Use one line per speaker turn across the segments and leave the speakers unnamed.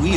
we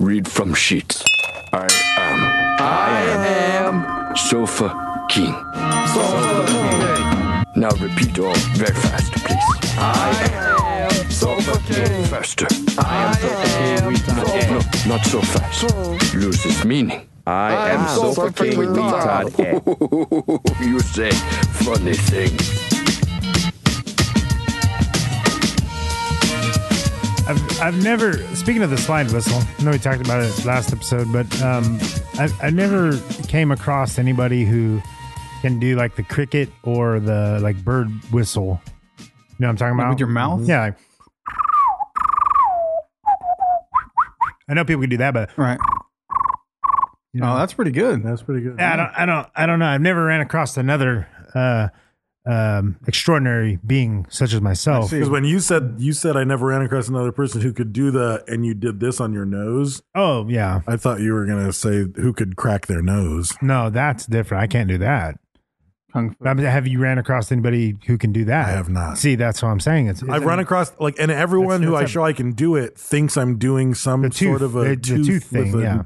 read from sheets. I am. I am. Sofa King. Sofa King. Now repeat all very fast, please. I am Sofa King. Faster. I am Sofa King. No, no, not so fast. Loses meaning.
I, am Sofa King with me, Todd.
you say funny thing.
I've, I've never speaking of the slide whistle i know we talked about it last episode but um, I, I never came across anybody who can do like the cricket or the like bird whistle you know what i'm talking
Like
about
with your mouth?
yeah like- i know people can do that but
Right. Oh, that's pretty good.
That's pretty good.
yeah, i don't i don't i don't know i've never ran across another uh um extraordinary being such as myself
Because when you said you said I never ran across another person who could do that, and you did this on your nose,
oh yeah
I thought you were gonna say who could crack their nose.
no that's different i can't do that
Kung fu.
I mean, have you ran across anybody who can do that?
I have not.
See, that's what I'm saying. It's,
I've run across like, and everyone
That's-
who I
that's a-
show I can do it thinks I'm doing some
The tooth,
sort of
the-
a
the
tooth,
tooth thing,
with, a,
yeah.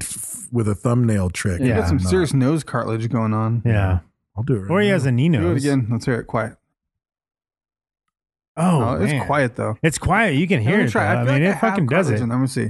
with a thumbnail trick.
You
Yeah,
got some
I'm not.
serious nose cartilage going on.
Yeah.
I'll do it. Right
Or he
now.
has a Nino.
Do it again. Let's hear it quiet.
Oh,
Oh,
man.
it's quiet though.
It's quiet. You can
Let
hear
me
it.
try.
though. I,
feel
mean,
like
it
have
fucking does it.
cartilage in there. Let me see.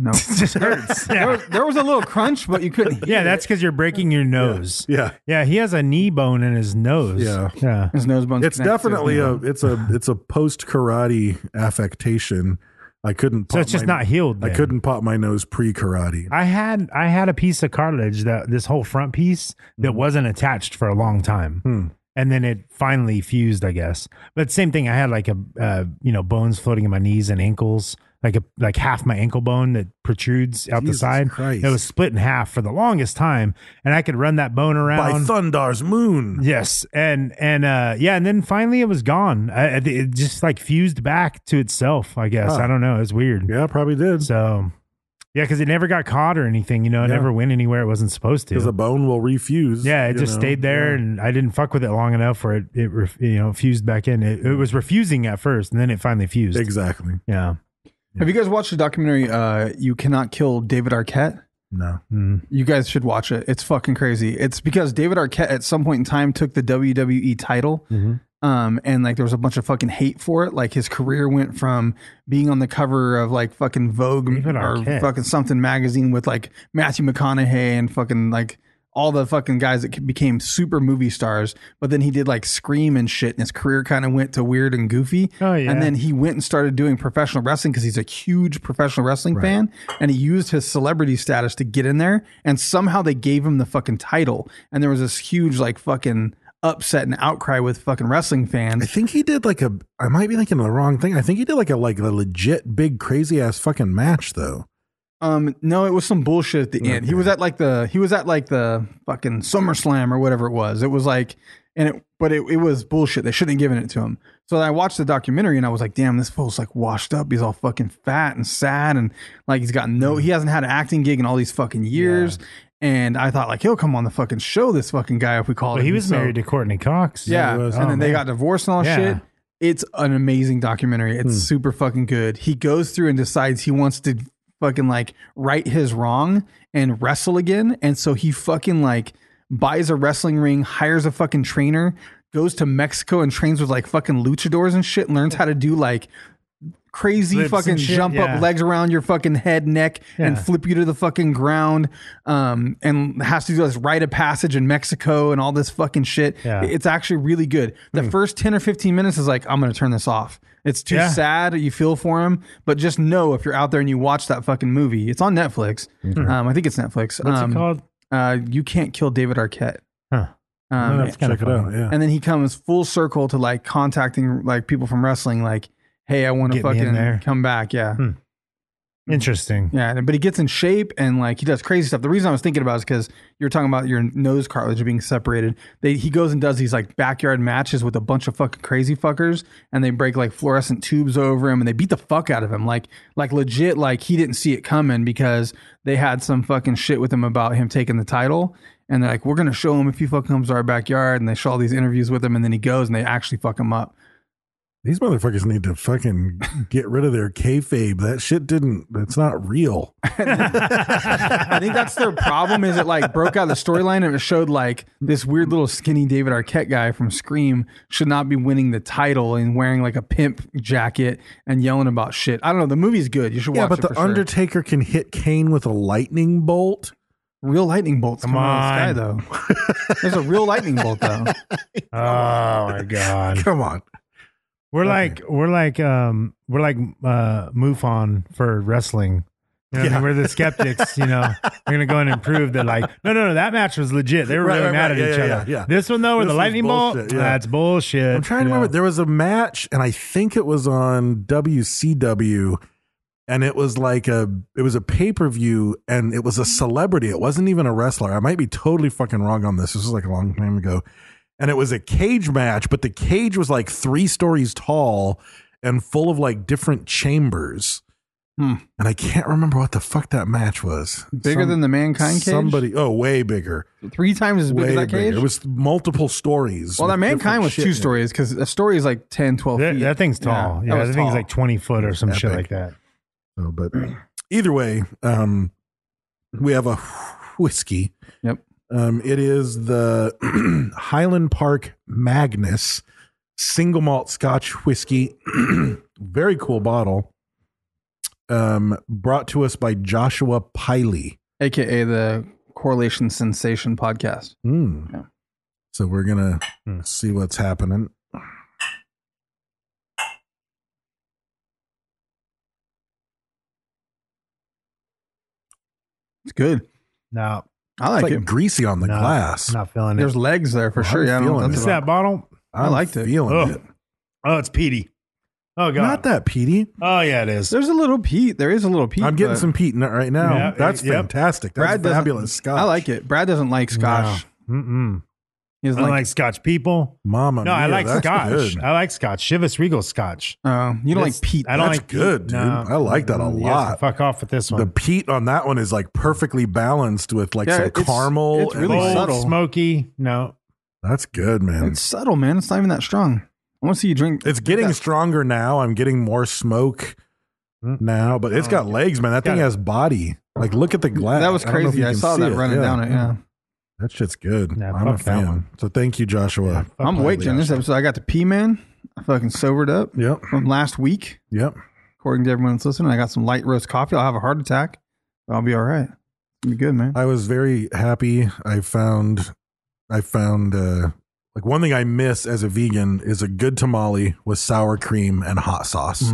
No.
it just hurts.
There,
yeah.
was, there was a little crunch, but you couldn't. Hear
yeah, that's because you're breaking your nose. Yeah.
Yeah,
he has a knee bone in his nose.
Yeah.
yeah.
it. his nose bones.
it's
connected.
definitely a it's a it's a post karate affectation. I couldn't. Pop
So it's just
my-
not healed.
I
then.
couldn't pop my nose pre karate.
I had I had a piece of cartilage that this whole front piece that
Mm-hmm.
wasn't attached for a long time,
Hmm.
and then it finally fused, I guess. But same thing, I had like a uh, you know bones floating in my knees and ankles, like a like half my ankle bone that protrudes out
Jesus
the side.
Christ.
It was split in half for the longest time, and I could run that bone
By
around.
Thundar's moon.
Yes, and and uh yeah, and then finally it was gone. I, I- it just like fused back to itself. I guess
Huh.
I don't know. It's weird.
Yeah, probably did.
So, yeah, because it never got caught or anything. You know, it
Yeah.
never went anywhere it wasn't supposed
Because the
to.
bone will refuse.
Yeah, it
you
just
know?
stayed there,
Yeah.
and I didn't fuck with it long enough where it, it ref, you know fused back in. It, it was refusing at first, and then it finally fused.
exactly.
Yeah.
Have you guys watched the documentary? Uh, you cannot kill David Arquette.
No.
Mm.
You guys should watch it. It's fucking crazy. It's because David Arquette at some point in time took the WWE title.
Mm-hmm.
Um, and like there was a bunch of fucking hate for it. Like his career went from being on the cover of like fucking Vogue
David
or
Arquette.
fucking something magazine with like Matthew McConaughey and fucking like all the fucking guys that became super movie stars. But then he did like Scream and shit, and his career kind of went to weird and goofy.
Oh, yeah.
And then he went and started doing professional wrestling because he's a huge professional wrestling fan and he used his celebrity status to get in there and somehow they gave him the fucking title and there was this huge like fucking upset and outcry with fucking wrestling
I
fans
think he did like a. I might be thinking of the wrong thing. I think he did like a like a legit big crazy ass fucking match though.
um no it was some bullshit at the end he
Okay.
was at like the he was at like the fucking SummerSlam or whatever it was it was like and it but it, it was bullshit they shouldn't have given it to him so I watched the documentary and I was like damn this fool's like washed up he's all fucking fat and sad and like he's got no he hasn't had an acting gig in all these fucking years and I thought like he'll come on the fucking show this fucking guy if we call
Well,
him
he was
So-
married to Courtney Cox.
Yeah,
it was.
and
Oh,
then they
man.
got divorced and all
Yeah. Hmm.
shit. It's an amazing documentary. It's super fucking good. He goes through and decides he wants to fucking like right his wrong and wrestle again, and so he fucking like buys a wrestling ring, hires a fucking trainer, goes to Mexico and trains with like fucking luchadors and shit, and learns how to do like crazy
Flips
fucking
and shit,
jump
yeah.
up legs around your fucking head neck and
Yeah.
flip you to the fucking ground um and has to do this rite of passage in mexico and all this fucking shit
Yeah.
it's actually really good the first 10 or 15 minutes is like i'm gonna turn this off it's too
Hmm. Yeah.
sad you feel for him but just know if you're out there and you watch that fucking movie it's on netflix um i think it's netflix
Mm-hmm. What's
um,
it called?
uh you can't kill david arquette
Huh.
um,
Oh, That's kinda
Check it
fun.
out. Yeah.
and then he comes full circle to like contacting like people from wrestling, like, hey, I want to
Get me in
fucking
there. Hmm.
come back. Yeah.
Interesting.
Yeah, and- but he gets in shape and like he does crazy stuff. The reason I was thinking about is because you were talking about your nose cartilage being separated. They, he goes and does these like backyard matches with a bunch of fucking crazy fuckers, and they break like fluorescent tubes over him, and they beat the fuck out of him. Like like legit, like he didn't see it coming because they had some fucking shit with him about him taking the title. And they're like, we're gonna show him if he fucking comes to our backyard. And they show all these interviews with him, and then he goes and they actually fuck him up.
These motherfuckers need to fucking get rid of their kayfabe. That shit didn't. That's not real.
I think that's their problem. Is it like broke out the storyline and it showed like this weird little skinny David Arquette guy from Scream should not be winning the title and wearing like a pimp jacket and yelling about shit. I don't know. The movie's good. You should watch
yeah, but
it.
the
for sure.
Undertaker can hit Kane with a lightning bolt.
real lightning bolts come out of the sky though. There's a real lightning bolt though.
Oh my god.
Come on.
We're like we're like um we're like uh MUFON for wrestling. You know what I mean? We're the skeptics, you know. We're gonna go in and prove that like no no no that match was legit. They were
Right,
really
right, right.
mad at
Yeah,
each
yeah,
other.
yeah, yeah.
This one though with
This
the
was
lightning bolt,
bullshit, yeah.
that's bullshit.
I'm trying to
you
remember.
know.
There was a match, and I think it was on WCW, and it was like a it was a pay per view, and it was a celebrity. It wasn't even a wrestler. I might be totally fucking wrong on this. This was like a long time ago, and it was a cage match, but the cage was like three stories tall and full of like different chambers. And I can't remember what the fuck that match was.
Hmm. Bigger than the mankind cage?
Somebody, oh, way bigger,
Three times as big
way
as that cage.
bigger. It was multiple stories.
well, that
with different
mankind was
shit
two
in it.
stories because a story is like 10, 12
that,
feet.
that thing's tall. Yeah, that,
was
thing's
tall.
like twenty foot or some shit
Epic.
like that.
So, but either way, um, we have a whiskey.
Yep.
Um, it is the Highland Park Magnus single malt Scotch whiskey. Very cool bottle. Um, brought to us by Joshua Piley.
AKA the correlation sensation podcast.
Mm.
Yeah.
So we're gonna see what's happening.
It's good.
No.
I
It's
like,
like
it.
greasy on the
no,
glass.
Not feeling it.
There's legs there for
Well,
sure.
I'm
Yeah, I don't know what
feeling
that's
What's
it.
about.
that bottle?
I'm
liked it.
Feeling
Ugh.
it.
Oh, it's peaty. Oh god.
Not that peaty.
Oh yeah, it is.
There's a little peat. There is a little peat.
I'm getting
but
some peat in it right now.
Yeah,
That's
yep.
fantastic. That's
Brad doesn't-
fabulous. Scotch.
I like it. Brad doesn't like scotch.
Mm-mm.
He
I
doesn't
don't
like.
like Scotch people.
Mama.
No, I
mia,
like
that's
Scotch.
good.
I like Scotch. Chivas Regal Scotch.
Uh, you don't
That's-
like peat.
I don't
That's
like
good, dude.
peat.
I like that a
Mm, yes,
lot.
fuck off with this one.
The peat on that one is like perfectly balanced with like
Yeah,
some
it's-
caramel.
it's
and,
really
like-
Bold,
subtle.
smoky. No,
That's good, man.
It's
It's,
subtle, man. It's not even that strong. I want to see you drink.
getting
that-
stronger now. I'm getting more smoke now, but it's got legs, man. That
Mm. Oh, Got
thing
it.
has body. Like, look at the glass.
That was
don't know if
crazy.
you
I
can
saw
see
that running down it. Yeah,
That shit's good.
Nah,
I'm a
fuck that
fan.
one.
So thank you, Joshua.
I'm awake during this episode. I got the pee man. I fucking sobered up
Yep.
from last week,
Yep.
according to everyone that's listening. I got some light roast coffee. I'll have a heart attack, but I'll be all right. It'll be good, man.
I was very happy. I found, I found, uh, like one thing I miss as a vegan is a good tamale with sour cream and hot sauce.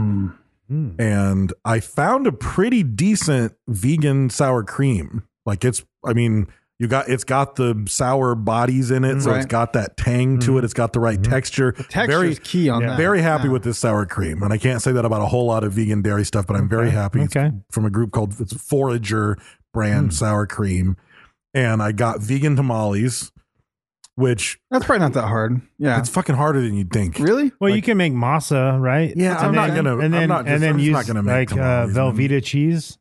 And I found a pretty decent vegan sour cream. Like it's, I mean, you got it's got the sour bodies in it, so it's
Right.
got that tang to it. It's got the right texture.
Texture
very
is key on
yeah.
that.
very happy
Yeah.
with this sour cream, and I can't say that about a whole lot of vegan dairy stuff, but I'm very happy. It's
Okay. Hmm.
from a group called it's Forager brand sour cream, and I got vegan tamales, which
That's probably not that hard. Yeah,
it's fucking harder than you'd think.
really.
Well, you can make masa, right?
Yeah, I'm not
then-
gonna-
And then
I'm not just-
and then
I'm just
use
not gonna make
like uh,
tamales, man.
Velveeta cheese.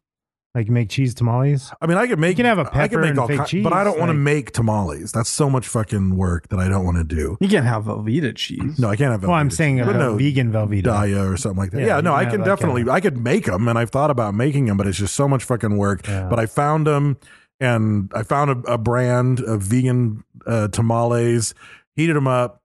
Like make cheese tamales.
I mean, I could make
can have a
I could
pepper
make
and
all
fake
ki- but I
cheese,
don't want to
like-
make tamales. That's so much fucking work that I don't want to do.
You can't have Velveeta cheese.
No, I can't have.
Well, I'm
Velveeta
saying
cheese.
a
But no,
vegan Velveeta.
Daya or something like that.
Yeah,
Yeah,
you
no,
can
I
have
can
like
definitely,
a-
I could make them, and I've thought about making them, but it's just so much fucking work.
Yeah.
But I found them, and I found a, a brand of vegan uh, tamales, heated them up,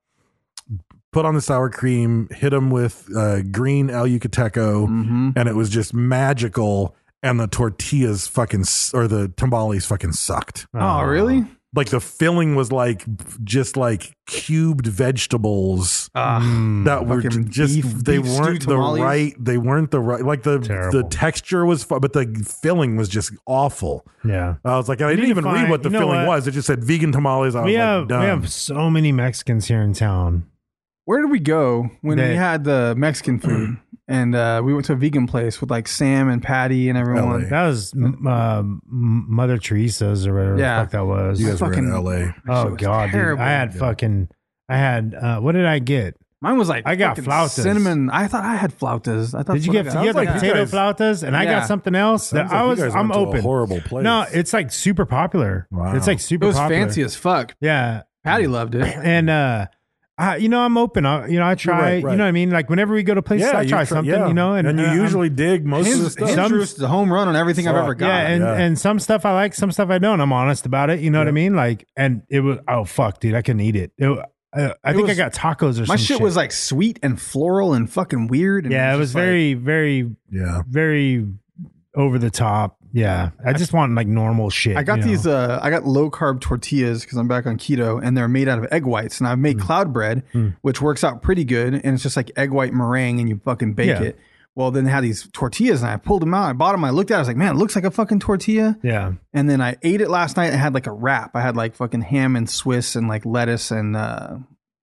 put on the sour cream, hit them with uh, green El Yucateco, and it was just magical. And the tortillas fucking, s- or the tamales fucking sucked
Oh, really?
like the filling was like just like cubed vegetables
Mm.
that were
Fucking
just
beef-
they
beef stew
weren't the
tamales.
right they weren't the right like the
Terrible.
the texture was fu- but the filling was just awful
Yeah.
i was like and i
You
didn't
need to
even read
find-
what the
you know
filling
what?
was it just said vegan tamales i was
We
like
have we
done.
have so many Mexicans here in town.
Where did we go when
They-
we had the Mexican food and uh, we went to a vegan place with like Sam and Patty and everyone?
LA.
That was m- uh, M- Mother Teresa's or whatever
Yeah.
the fuck that was.
You guys were in
Fucking-
L.A.
oh
It was
god, dude.
terrible.
I had fucking. I had. Uh, what did I get?
Mine was like
I got
fucking
flautas.
Cinnamon. I thought I had flautas. I thought
Did you get?
that's
You
what I
had like
got.
potato
guys-
flautas, and I
Yeah.
got something else. That
Sounds like
I
you
was.
guys
I'm
went to a
open.
horrible place.
No, it's like super popular.
Wow.
It's like super.
It was
popular.
fancy as fuck.
Yeah,
Patty loved it.
and uh I, you know, I'm open. I, you know, I try.
right, right.
You know what I mean? Like whenever we go to places, I
you
try
tr-
something.
yeah.
You know, and,
you
uh, I'm-
usually dig most of the
His,
stuff.
his
Some-
roost is a home run on everything I've
Fuck.
ever got.
yeah, and
yeah.
and some stuff I like, some stuff I don't. I'm honest about it. You know what I mean? Like, and it was oh fuck, dude, I couldn't eat it. it uh, I
It
think
was-
I got tacos or
My
some
shit was like sweet and floral and fucking weird. And
yeah, it was
just, like,
very, very,
yeah,
very over the top. Yeah, I just want like normal shit.
I got
you know?
these. Uh, I got low carb tortillas because I'm back on keto, and they're made out of egg whites. And I've
Mm.
made cloud bread, which works out pretty good. And it's just like egg white meringue, and you fucking bake
Yeah.
it. Well, then they had these tortillas, and I pulled them out. I bought them. I looked at. it. I was like, man, it looks like a fucking tortilla.
Yeah,
And then I ate it last night. I had like a wrap. I had like fucking ham and Swiss and like lettuce and uh,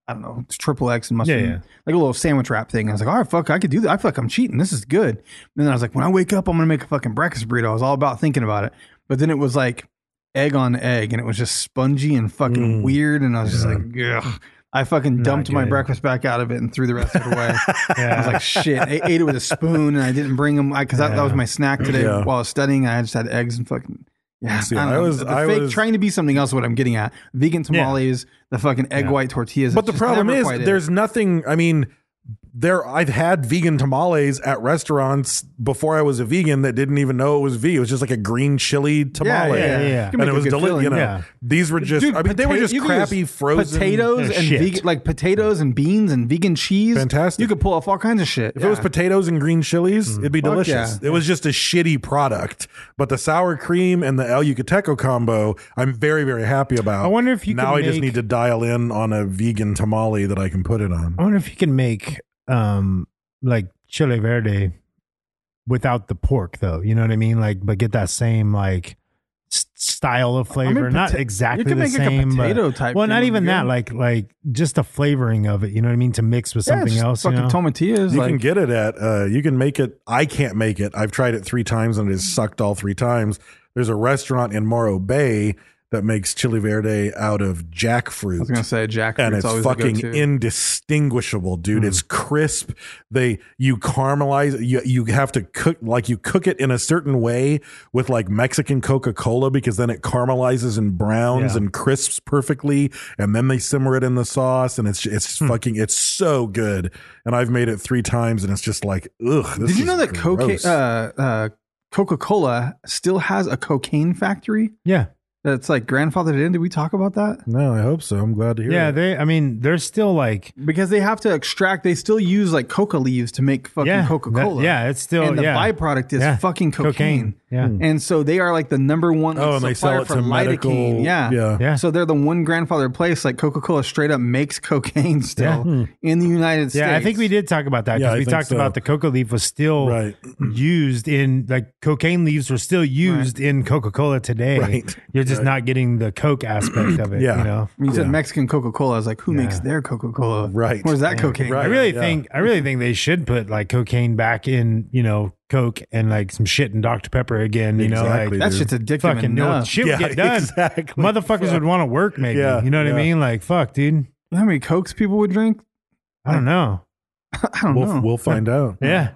I don't know, it's triple X and mustard.
Yeah, yeah.
Like a little sandwich wrap thing. I was like, all right, fuck, I could do that. I feel like I'm cheating. This is good. And then I was like, when I wake up, I'm gonna make a fucking breakfast burrito. I was all about thinking about it. But then it was like egg on egg, and it was just spongy and fucking weird. And I was just like, ugh. I fucking dumped my
Mm. good.
breakfast back out of it and threw the rest of it away. I
yeah.
was like, shit. I ate it with a spoon, and I didn't bring them because that, that was my snack today
Yeah.
while I was studying. I just had eggs and fucking. Yeah,
See,
I,
I was-
was the
I
fake
was-
trying to be something else. What I'm getting at: vegan tamales, the fucking egg white tortillas.
but
It
the
just
problem
never
is
quite
there's nothing. I mean, there I've had vegan tamales at restaurants before I was a vegan that didn't even know it was vegan. It was just like a green chili tamale,
yeah,
yeah, yeah. You
and
can make
it
a
was
good
delicious.
filling.
You know,
Yeah.
these were just.
Dude,
I mean, they were
potato-
just
you could
crappy
use
frozen
potatoes
They're
and
shit.
vegan, like potatoes and beans and vegan cheese.
Fantastic.
You could pull off all kinds of shit.
If it was potatoes and green chilies, it'd be
Fuck
delicious.
yeah.
It was just a shitty product, but the sour cream and the El Yucateco combo, I'm very very happy about.
I wonder if you
now
could
I just
make-
need to dial in on a vegan tamale that I can put it on.
I wonder if you can make um like chile verde without the pork though. You know what I mean? Like, but get that same like s- style of
mean,
flavor. Not
pota-
exactly
you can
the
make, like, a
same. but-
potato type
Well,
thing
not
would be
even that.
good.
Like, like just the flavoring of it. You know what I mean? To mix with
Yeah,
something
just
else. You
fucking
know?
tomatillas.
You
like,
can get it at. Uh, you can make it. I can't make it. I've tried it three times and it has sucked all three times. There's a restaurant in Morro Bay that makes chili verde out of jackfruit.
I was gonna say jackfruit's
and it's
always
fucking
the go-to.
indistinguishable, dude. It's crisp. They you caramelize. You you have to cook like you cook it in a certain way with like Mexican Coca Cola because then it caramelizes and browns
Yeah.
and crisps perfectly, and then they simmer it in the sauce, and it's it's fucking it's so good. And I've made it three times, and it's just like ugh. This
Did you
is
know that cocaine,
gross.
uh, uh, Coca Cola still has a cocaine factory
yeah,
that's like grandfathered in? Did we talk about that?
no, I hope so. I'm glad to hear.
yeah.
that.
They. I mean, they're still like.
Because they have to extract, they still use like coca leaves to make fucking
Yeah,
Coca Cola.
that- yeah, it's still-
and the
yeah.
byproduct is
Yeah,
fucking cocaine.
cocaine, yeah.
and so they are like the number one.
Oh, and they
supplier
sell it
for
to medical-
lidocaine. Yeah,
yeah.
Yeah.
So they're the one grandfather place. Like Coca Cola straight up makes cocaine still in the United States.
Yeah, I think we did talk about that
Yeah,
because
I
we
think
talked
so.
about the coca leaf was still
Right.
used in like cocaine leaves were still used in Coca Cola today.
Right.
You're just not getting the coke aspect of it.
Yeah.
You know,
I mean, you said Mexican Coca Cola. I was like, who makes their Coca Cola?
Right.
Where's that cocaine?
Right.
I really
yeah.
think I really think they should put like cocaine back in you know coke and like some shit in Dr Pepper again. You
Exactly,
know, like
That shit's addictive
fucking no
enough.
shit would
Yeah,
get done.
exactly.
Motherfuckers would want to work. Maybe
Yeah,
you know what
yeah.
I mean. Like fuck, dude.
You know how many cokes people would drink?
I don't know.
I don't
We'll,
know.
we'll find out.
Yeah,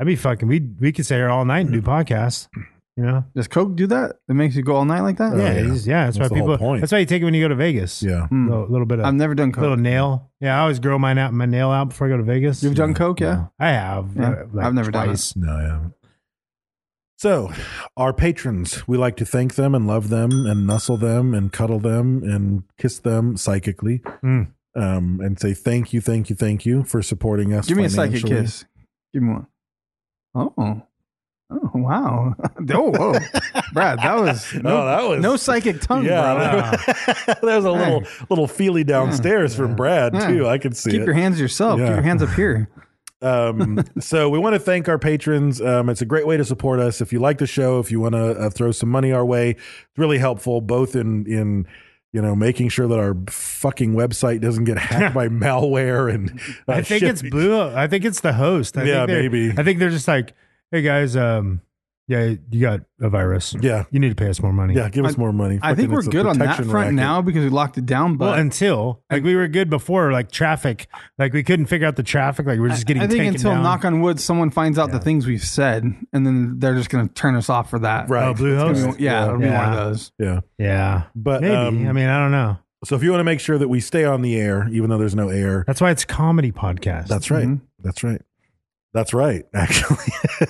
I'd be fucking. We we could stay here all night and do podcasts. You know.
Does coke do that? It makes you go all night like that?
Oh, Yeah.
Yeah,
yeah.
he's- yeah. That's,
That's
why
the whole
people.
point.
That's why you take it when you go to Vegas.
Yeah.
a little, little bit of.
Hmm. I've never done
little
coke.
nail. Yeah, I always grow mine out, my nail out before I go to Vegas.
You've done coke, yeah?
I have.
Yeah.
uh, like
I've never done it.
twice.
No, I haven't. So, our patrons, we like to thank them and love them and nuzzle them and cuddle them and kiss them psychically.
Mm.
Um, and say thank you, thank you, thank you for supporting us.
Give me a psychic
financially.
kiss. Give me one. Oh. Oh wow! oh whoa, Brad, that was
Oh,
no,
that was-
no psychic tongue,
Yeah,
bro.
there's a little little feely downstairs from Brad
Yeah.
too. I could see
Mm. Keep
it.
your hands to yourself.
Yeah.
Keep your hands up here.
um, so we want to thank our patrons. Um, it's a great way to support us. If you like the show, if you want to uh, throw some money our way, it's really helpful both in in you know, making sure that our fucking website doesn't get hacked by malware and uh,
I think
shit.
it's blue. I think it's the host. I
Yeah,
think they're-
maybe.
I think they're just like, hey guys, um, yeah, you got a virus.
Yeah.
you need to pay us more money.
Yeah, give us more money.
I think
Fucking
we're
it's a
good on that
protection
front
racket.
now because we locked it down. But
Well, until like we were good before, like traffic, like we couldn't figure out the traffic, like we we're just getting
I think
taken
until
down.
knock on wood, someone finds out the things we've said, and then they're just going to turn us off for that.
Right.
oh, blue
It's
host.
gonna be- yeah, it'll be one of
Yeah.
those.
Yeah.
Yeah,
But,
maybe.
um,
I mean, I don't know.
So if you want to make sure that we stay on the air, even though there's no air,
That's why it's a comedy podcast.
That's right.
Mm-hmm.
That's right. That's right, actually.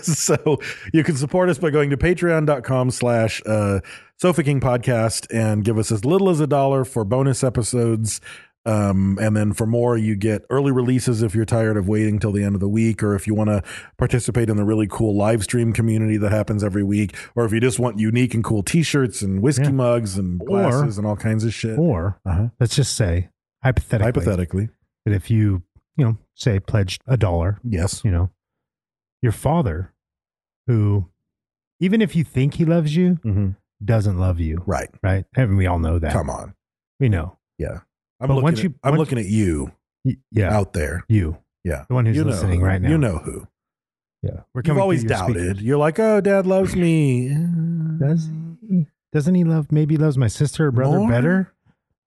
so you can support us by going to patreon.com slash uh, Sofa King Podcast and give us as little as a dollar for bonus episodes. Um, and then for more, you get early releases if you're tired of waiting till the end of the week, or if you want to participate in the really cool live stream community that happens every week, or if you just want unique and cool t shirts and whiskey
Yeah.
mugs and
Or-
glasses and all kinds of shit.
Or
Uh-huh.
let's just say hypothetically,
Hypothetically,
that if you you know say pledged a dollar,
yes.
you know, your father, who even if you think he loves you,
Mhm.
doesn't love you.
Right.
Right. And we all know that.
Come on.
We know.
Yeah. I'm,
But
looking,
once
at,
you-
I'm
once-
looking at you
Y- Yeah.
out there.
You.
Yeah.
The one who's
You know
listening
who.
right now.
You know who.
Yeah. We're
You've
through
always
your
doubted.
speakers.
You're like, oh, dad loves me.
Does he? Doesn't he love? Maybe he loves my sister or brother
More?
better.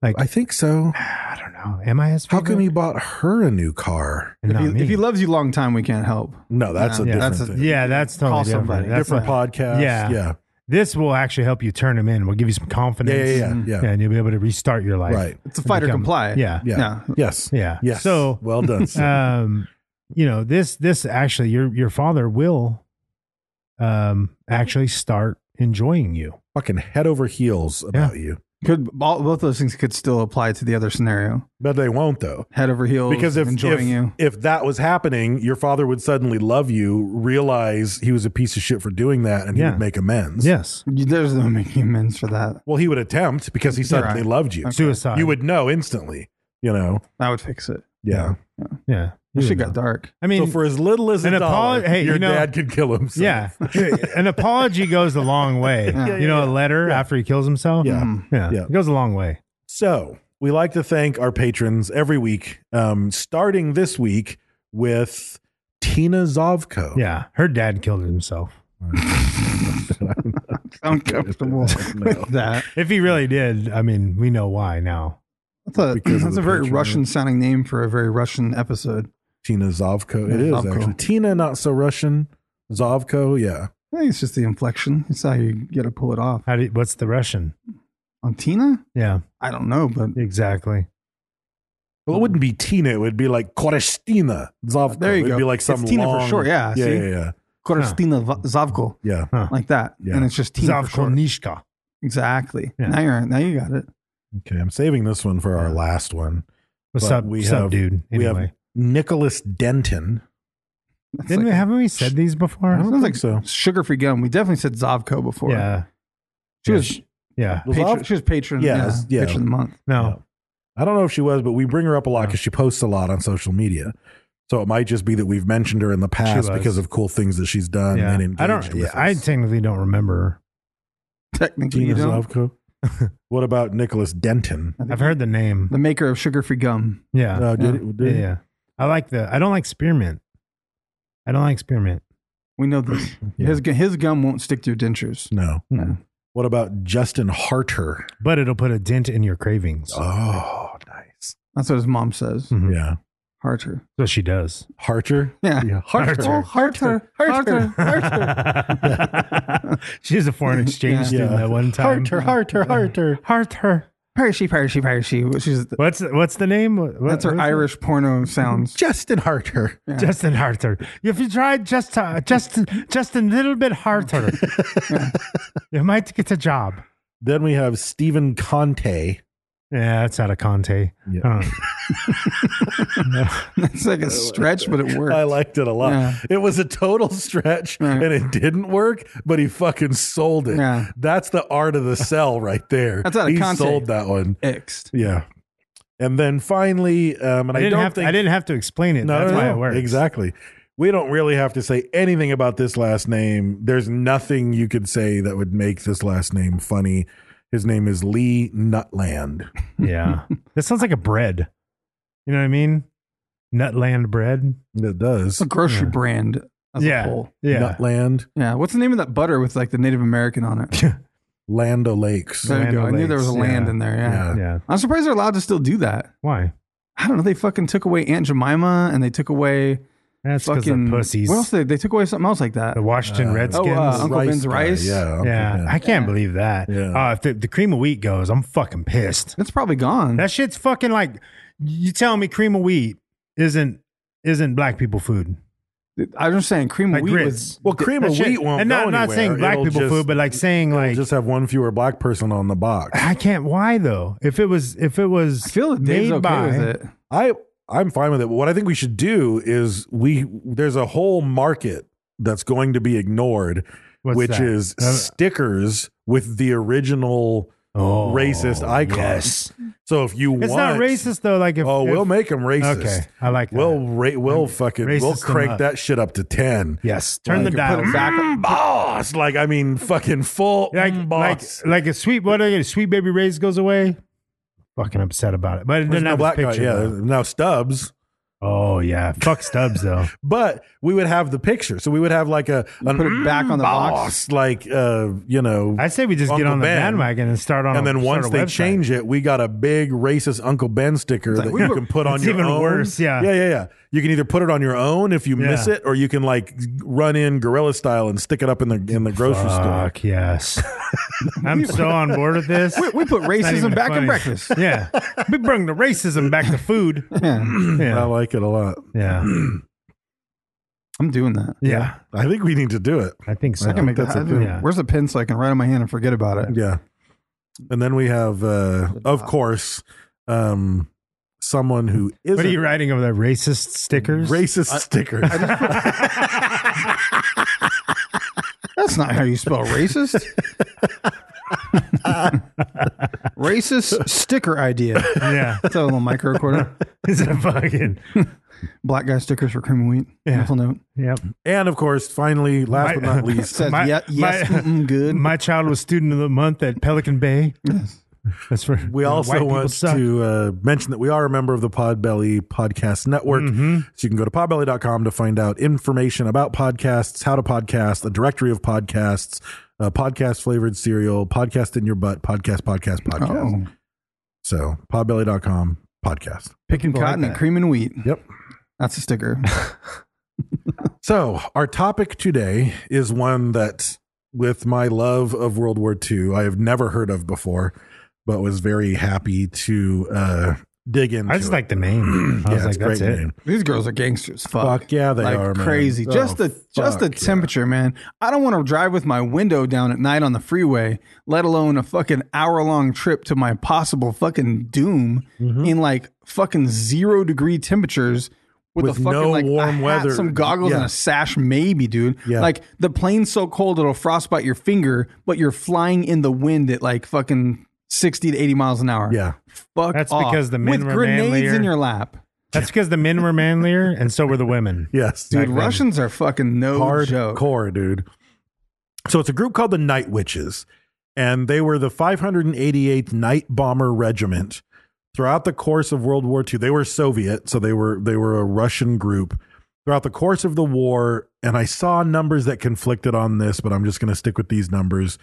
Like
I think so.
I don't know. Am I his?
How come
favorite?
he bought her a new car?
And
If
not
he, if
me?
he loves you long time, we can't help.
No, that's
No,
a
yeah,
different
that's a-
thing.
Yeah, that's totally
Call
different.
somebody.
That's
different
a-
podcast.
Yeah.
yeah.
This will actually help you turn him in. We'll give you some
Yeah. Yeah.
confidence.
Yeah. yeah.
And you'll be able to restart your life.
Right.
It's a fight or
Become-
comply.
Yeah.
Yeah.
Yeah.
Yes.
Yeah.
Yes.
So-
well done. sir.
um, you know, this this actually your your father will um actually start enjoying you.
Fucking head over heels about you.
Could all, both those things could still apply to the other scenario?
But they won't though.
Head over heels,
Because if if,
enjoying you.
if that was happening, your father would suddenly love you, realize he was a piece of shit for doing that, and he
Yeah.
would make amends.
Yes.
You- There's no making amends for that.
Well, he would attempt because he
You're
suddenly
right.
loved you.
Okay.
Suicide.
You would know instantly, you know.
I would fix it.
Yeah.
Yeah. you
This shit
would
got
know.
dark.
I mean
so for as little as
an
a dollar,
apolo- hey,
your
you know-
dad could kill himself.
yeah. An apology goes a long way.
Yeah,
you know, a letter after he kills himself.
Yeah.
Mm-hmm. Um,
Mhm. Yeah.
Yeah.
It goes a long way.
So we like to thank our patrons every week, um, starting this week with Tina Zovko.
Yeah. Her dad killed himself.
I'm comfortable with that.
If he really did, I mean, we know why now.
That's a,
Because of
that's
the
a very
Patreon.
Russian sounding name for a very Russian episode.
Tina Zovko. It
Yeah,
is
Zovko.
actually Tina, not so Russian. Zovko. Yeah.
I think it's just the inflection. It's how you get to pull it off.
How do you, what's the Russian?
On Tina?
Yeah.
I don't know, but
Exactly.
Well, it wouldn't be Tina. It would be like Korestina Zovko.
There you
It'd
go.
be like
It's
some
Tina for
long-
short, yeah,
Yeah.
see?
Yeah. Yeah.
Korostina Va Zavko,
yeah.
Huh.
like that.
Yeah.
And it's just Tina. for short.
Zavkonishka.
Exactly.
Yeah.
Now you're now you got it.
Okay. I'm saving this one for our last one.
What's
But
up, what's up, dude?
We
Anyway.
have Nicholas Denton.
That's
Didn't
like-
we, haven't we said these before?
I don't
sounds
think so.
Sugar free gum. We definitely said Zavko before.
Yeah.
She
Yeah,
was
she- Yeah.
Was
patron,
Zav-
she was patron.
Yeah,
Yeah,
it's- yeah.
Patron of the month.
No.
I don't know if she was, but we bring her up a lot because she posts a lot on social media. So it might just be that we've mentioned her in the past
was.
because of cool things that she's done
yeah.
and engaged
I don't.
with
Yeah, I
us.
technically don't remember.
Technically, you
Tina
don't.
Zovko. what about Nicholas Denton?
I've heard the name.
The maker of sugar free gum.
yeah.
No, did
yeah.
it-
yeah.
did it?
yeah. I like the. I don't like spearmint. I don't like spearmint.
We know this.
Yeah.
His gu- his gum won't stick to your dentures.
No.
Hmm.
Hmm.
No.
What about Justin Harter?
But it'll put a dent in your cravings.
Oh, nice.
That's what his mom says.
Mhm.
Mm-hmm. Yeah.
Harter.
That's what she does.
Harter?
Yeah.
Harter.
Oh, Harter. Harter. Harter.
She's a foreign exchange
Yeah.
student
Yeah.
at one time.
Harter, Harter.
Harter.
Parishy, parishy, parishy. She's the,
What's what's the name? What-
that's her
what's it?
Irish porno sounds.
Justin Harter.
Yeah.
Justin Harter. If you try just uh, just just a little bit harder, you might get a job.
Then we have Stephen Conte.
Yeah, that's out of Conte.
Yeah.
Uh,
It's like a stretch, but it works.
I liked it a lot.
Yeah.
It was a total stretch
Yeah.
and it didn't work, but he fucking sold it.
Yeah.
That's the art of the sell right there.
That's out of
he
Conte.
sold that one.
Xed.
Yeah. And then finally, um, and
I
I,
didn't
don't
have
think
to, I didn't have to explain it. that's why it works.
Exactly. We don't really have to say anything about this last name. There's nothing you could say that would make this last name funny. His name is Lee Nutland.
Yeah. that sounds like a bread. You know what I mean? Nutland bread.
It does.
It's a grocery brand as
yeah.
a whole.
Yeah.
Nutland,
Yeah. What's the name of that butter with like the Native American on it?
Land O'Lakes.
There you
Land
go. I knew there was a
O'Lakes,
land
yeah.
in there. Yeah.
Yeah.
yeah.
I'm surprised they're allowed to still do that.
Why?
I don't know. They fucking took away Aunt Jemima and they took away
That's because
fucking
of pussies.
What else? They, they took away something else like that.
the Washington Redskins.
uh, Uncle
Rice
Ben's
guy,
rice?
Yeah. Uncle
yeah.
Ben.
I can't believe that.
Yeah.
Uh, if the, the cream of wheat goes, I'm fucking pissed.
It's probably gone.
That shit's fucking like you telling me cream of wheat isn't isn't black people food.
I'm just saying, cream of
Like
wheat
grits.
was.
Well, cream
That
of
shit-
wheat won't
And not
go
not
anywhere.
saying black
It'll
people
just-
food, but like saying like
just have one fewer black person on the box.
I can't. Why though? If it was, if it was
I feel that Dave's
made
okay
by,
with it.
I I'm fine with it. But what I think we should do is we there's a whole market that's going to be ignored,
What's
which
that?
is
Uh,
stickers with the original
Oh,
racist icons.
yes.
So if you
it's
want,
not racist though. Like if
oh,
if,
we'll make them racist.
Okay, I like that.
We'll ra- we'll fucking we'll
Racist 'em
crank
up.
that shit up to ten.
yes. Turn
Like,
the dial
put it back.
Mm, boss, like I mean, fucking full
Like
mm,
like
boss.
like a sweet what are you, sweet baby Ray's goes away. Fucking upset about it, but it
There's
doesn't
no
have
black
his
guy.
picture.
Yeah,
though.
there's now Stubbs.
Oh yeah, fuck Stubbs though.
but we would have the picture. So we would have like a an
put it back on the box.
box, like uh, you know.
I say we just get
Uncle
on the
Ben.
bandwagon and start on.
and
a-
then
start
once
a
they
website.
change it, we got a big racist Uncle Ben sticker that
we
you
were-
can put on
It's
your
even
own.
worse, yeah.
yeah, yeah, yeah. You can either put it on your own if you
Yeah.
miss it, or you can like run in gorilla style and stick it up in the in the grocery store.
Fuck yes, I'm so on board with this.
We, we put
Not even
racism back
funny.
in breakfast.
Yeah, we bring the racism back to food.
Yeah.
I
Yeah,
like it a lot.
yeah,
I'm doing that.
yeah.
I think we need to do it.
I think so.
I can make
that's
that.
a thing.
Yeah.
Where's a pen so I can write on my hand and forget about it?
Yeah. And then we have, uh, of course, um, someone who isn't
What are you writing over there? Racist stickers?
racist stickers.
That's not how you spell racist. racist sticker idea.
Yeah.
That's a little micro recorder.
Is it a fucking?
Black guy stickers for cream of wheat.
Yeah.
Mental note.
Yep.
And of course, finally, last
My-
but not least,
Says yeah, yes, mm-mm, good.
My child was student of the month at Pelican Bay. That's for
we also want
to.
to uh, mention that we are a member of the Podbelly Podcast Network.
Mm-hmm.
So you can go to podbelly.com to find out information about podcasts, how to podcast, a directory of podcasts, uh, podcast flavored cereal, podcast in your butt, podcast, podcast, podcast.
Oh.
So podbelly.com podcast.
Picking
People like
cotton and
that.
cream and wheat.
Yep.
That's a sticker.
So, our topic today is one that, with my love of World War II, I have never heard of before, but was very happy to uh, dig into.
I just
it.
like the name. I
Yeah, it's
was like,
a great
that's it.
name.
These girls are gangsters. Fuck,
Fuck yeah, they
like
are, man.
crazy.
Oh,
just the just the
fuck yeah.
temperature, man. I don't want to drive with my window down at night on the freeway, let alone a fucking hour long trip to my possible fucking doom
Mm-hmm.
in like fucking zero degree temperatures. With,
With
a fucking
no
like a
warm
hat,
weather.
some goggles
Yeah.
and a sash, maybe, dude.
Yeah.
Like the plane's so cold it'll frostbite your finger, but you're flying in the wind at like fucking sixty to eighty miles an hour.
Yeah.
fuck.
That's
off.
because the men
with
were
grenades
manlier.
in your lap.
That's because the men were manlier, and so were the women.
Yes.
Dude, Russians are fucking no joke.
hardcore, dude. So it's a group called the Night Witches, and they were the 588th Night Bomber Regiment. Throughout the course of World War II, they were Soviet, so they were they were a Russian group. Throughout the course of the war, and I saw numbers that conflicted on this, but I'm just going to stick with these numbers.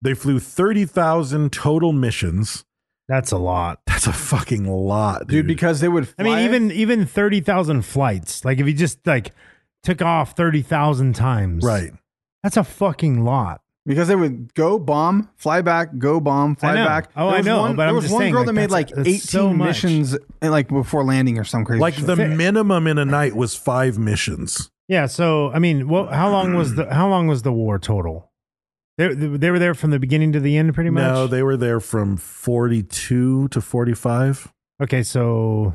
They flew 30,000 total missions.
That's a lot.
That's a fucking lot,
dude,
dude.
because they would.
I mean,
fly it.
even even thirty thousand flights. Like if you just like took off thirty thousand times,
right.
That's a fucking lot.
because they would go bomb, fly back, go bomb, fly
I know.
back.
Oh, I
was
know,
One,
but
there
I'm
was
just
one
saying,
girl
like,
that made like
that's-
eighteen
that's so much.
missions, eh, like before landing or some crazy.
Like
shit.
the
Fair.
minimum in a night was 5 missions.
Yeah. So I mean, well, how long was the how long was the war total? They they were there from the beginning to the end, pretty much.
No, they were there from 42 to 45.
okay. So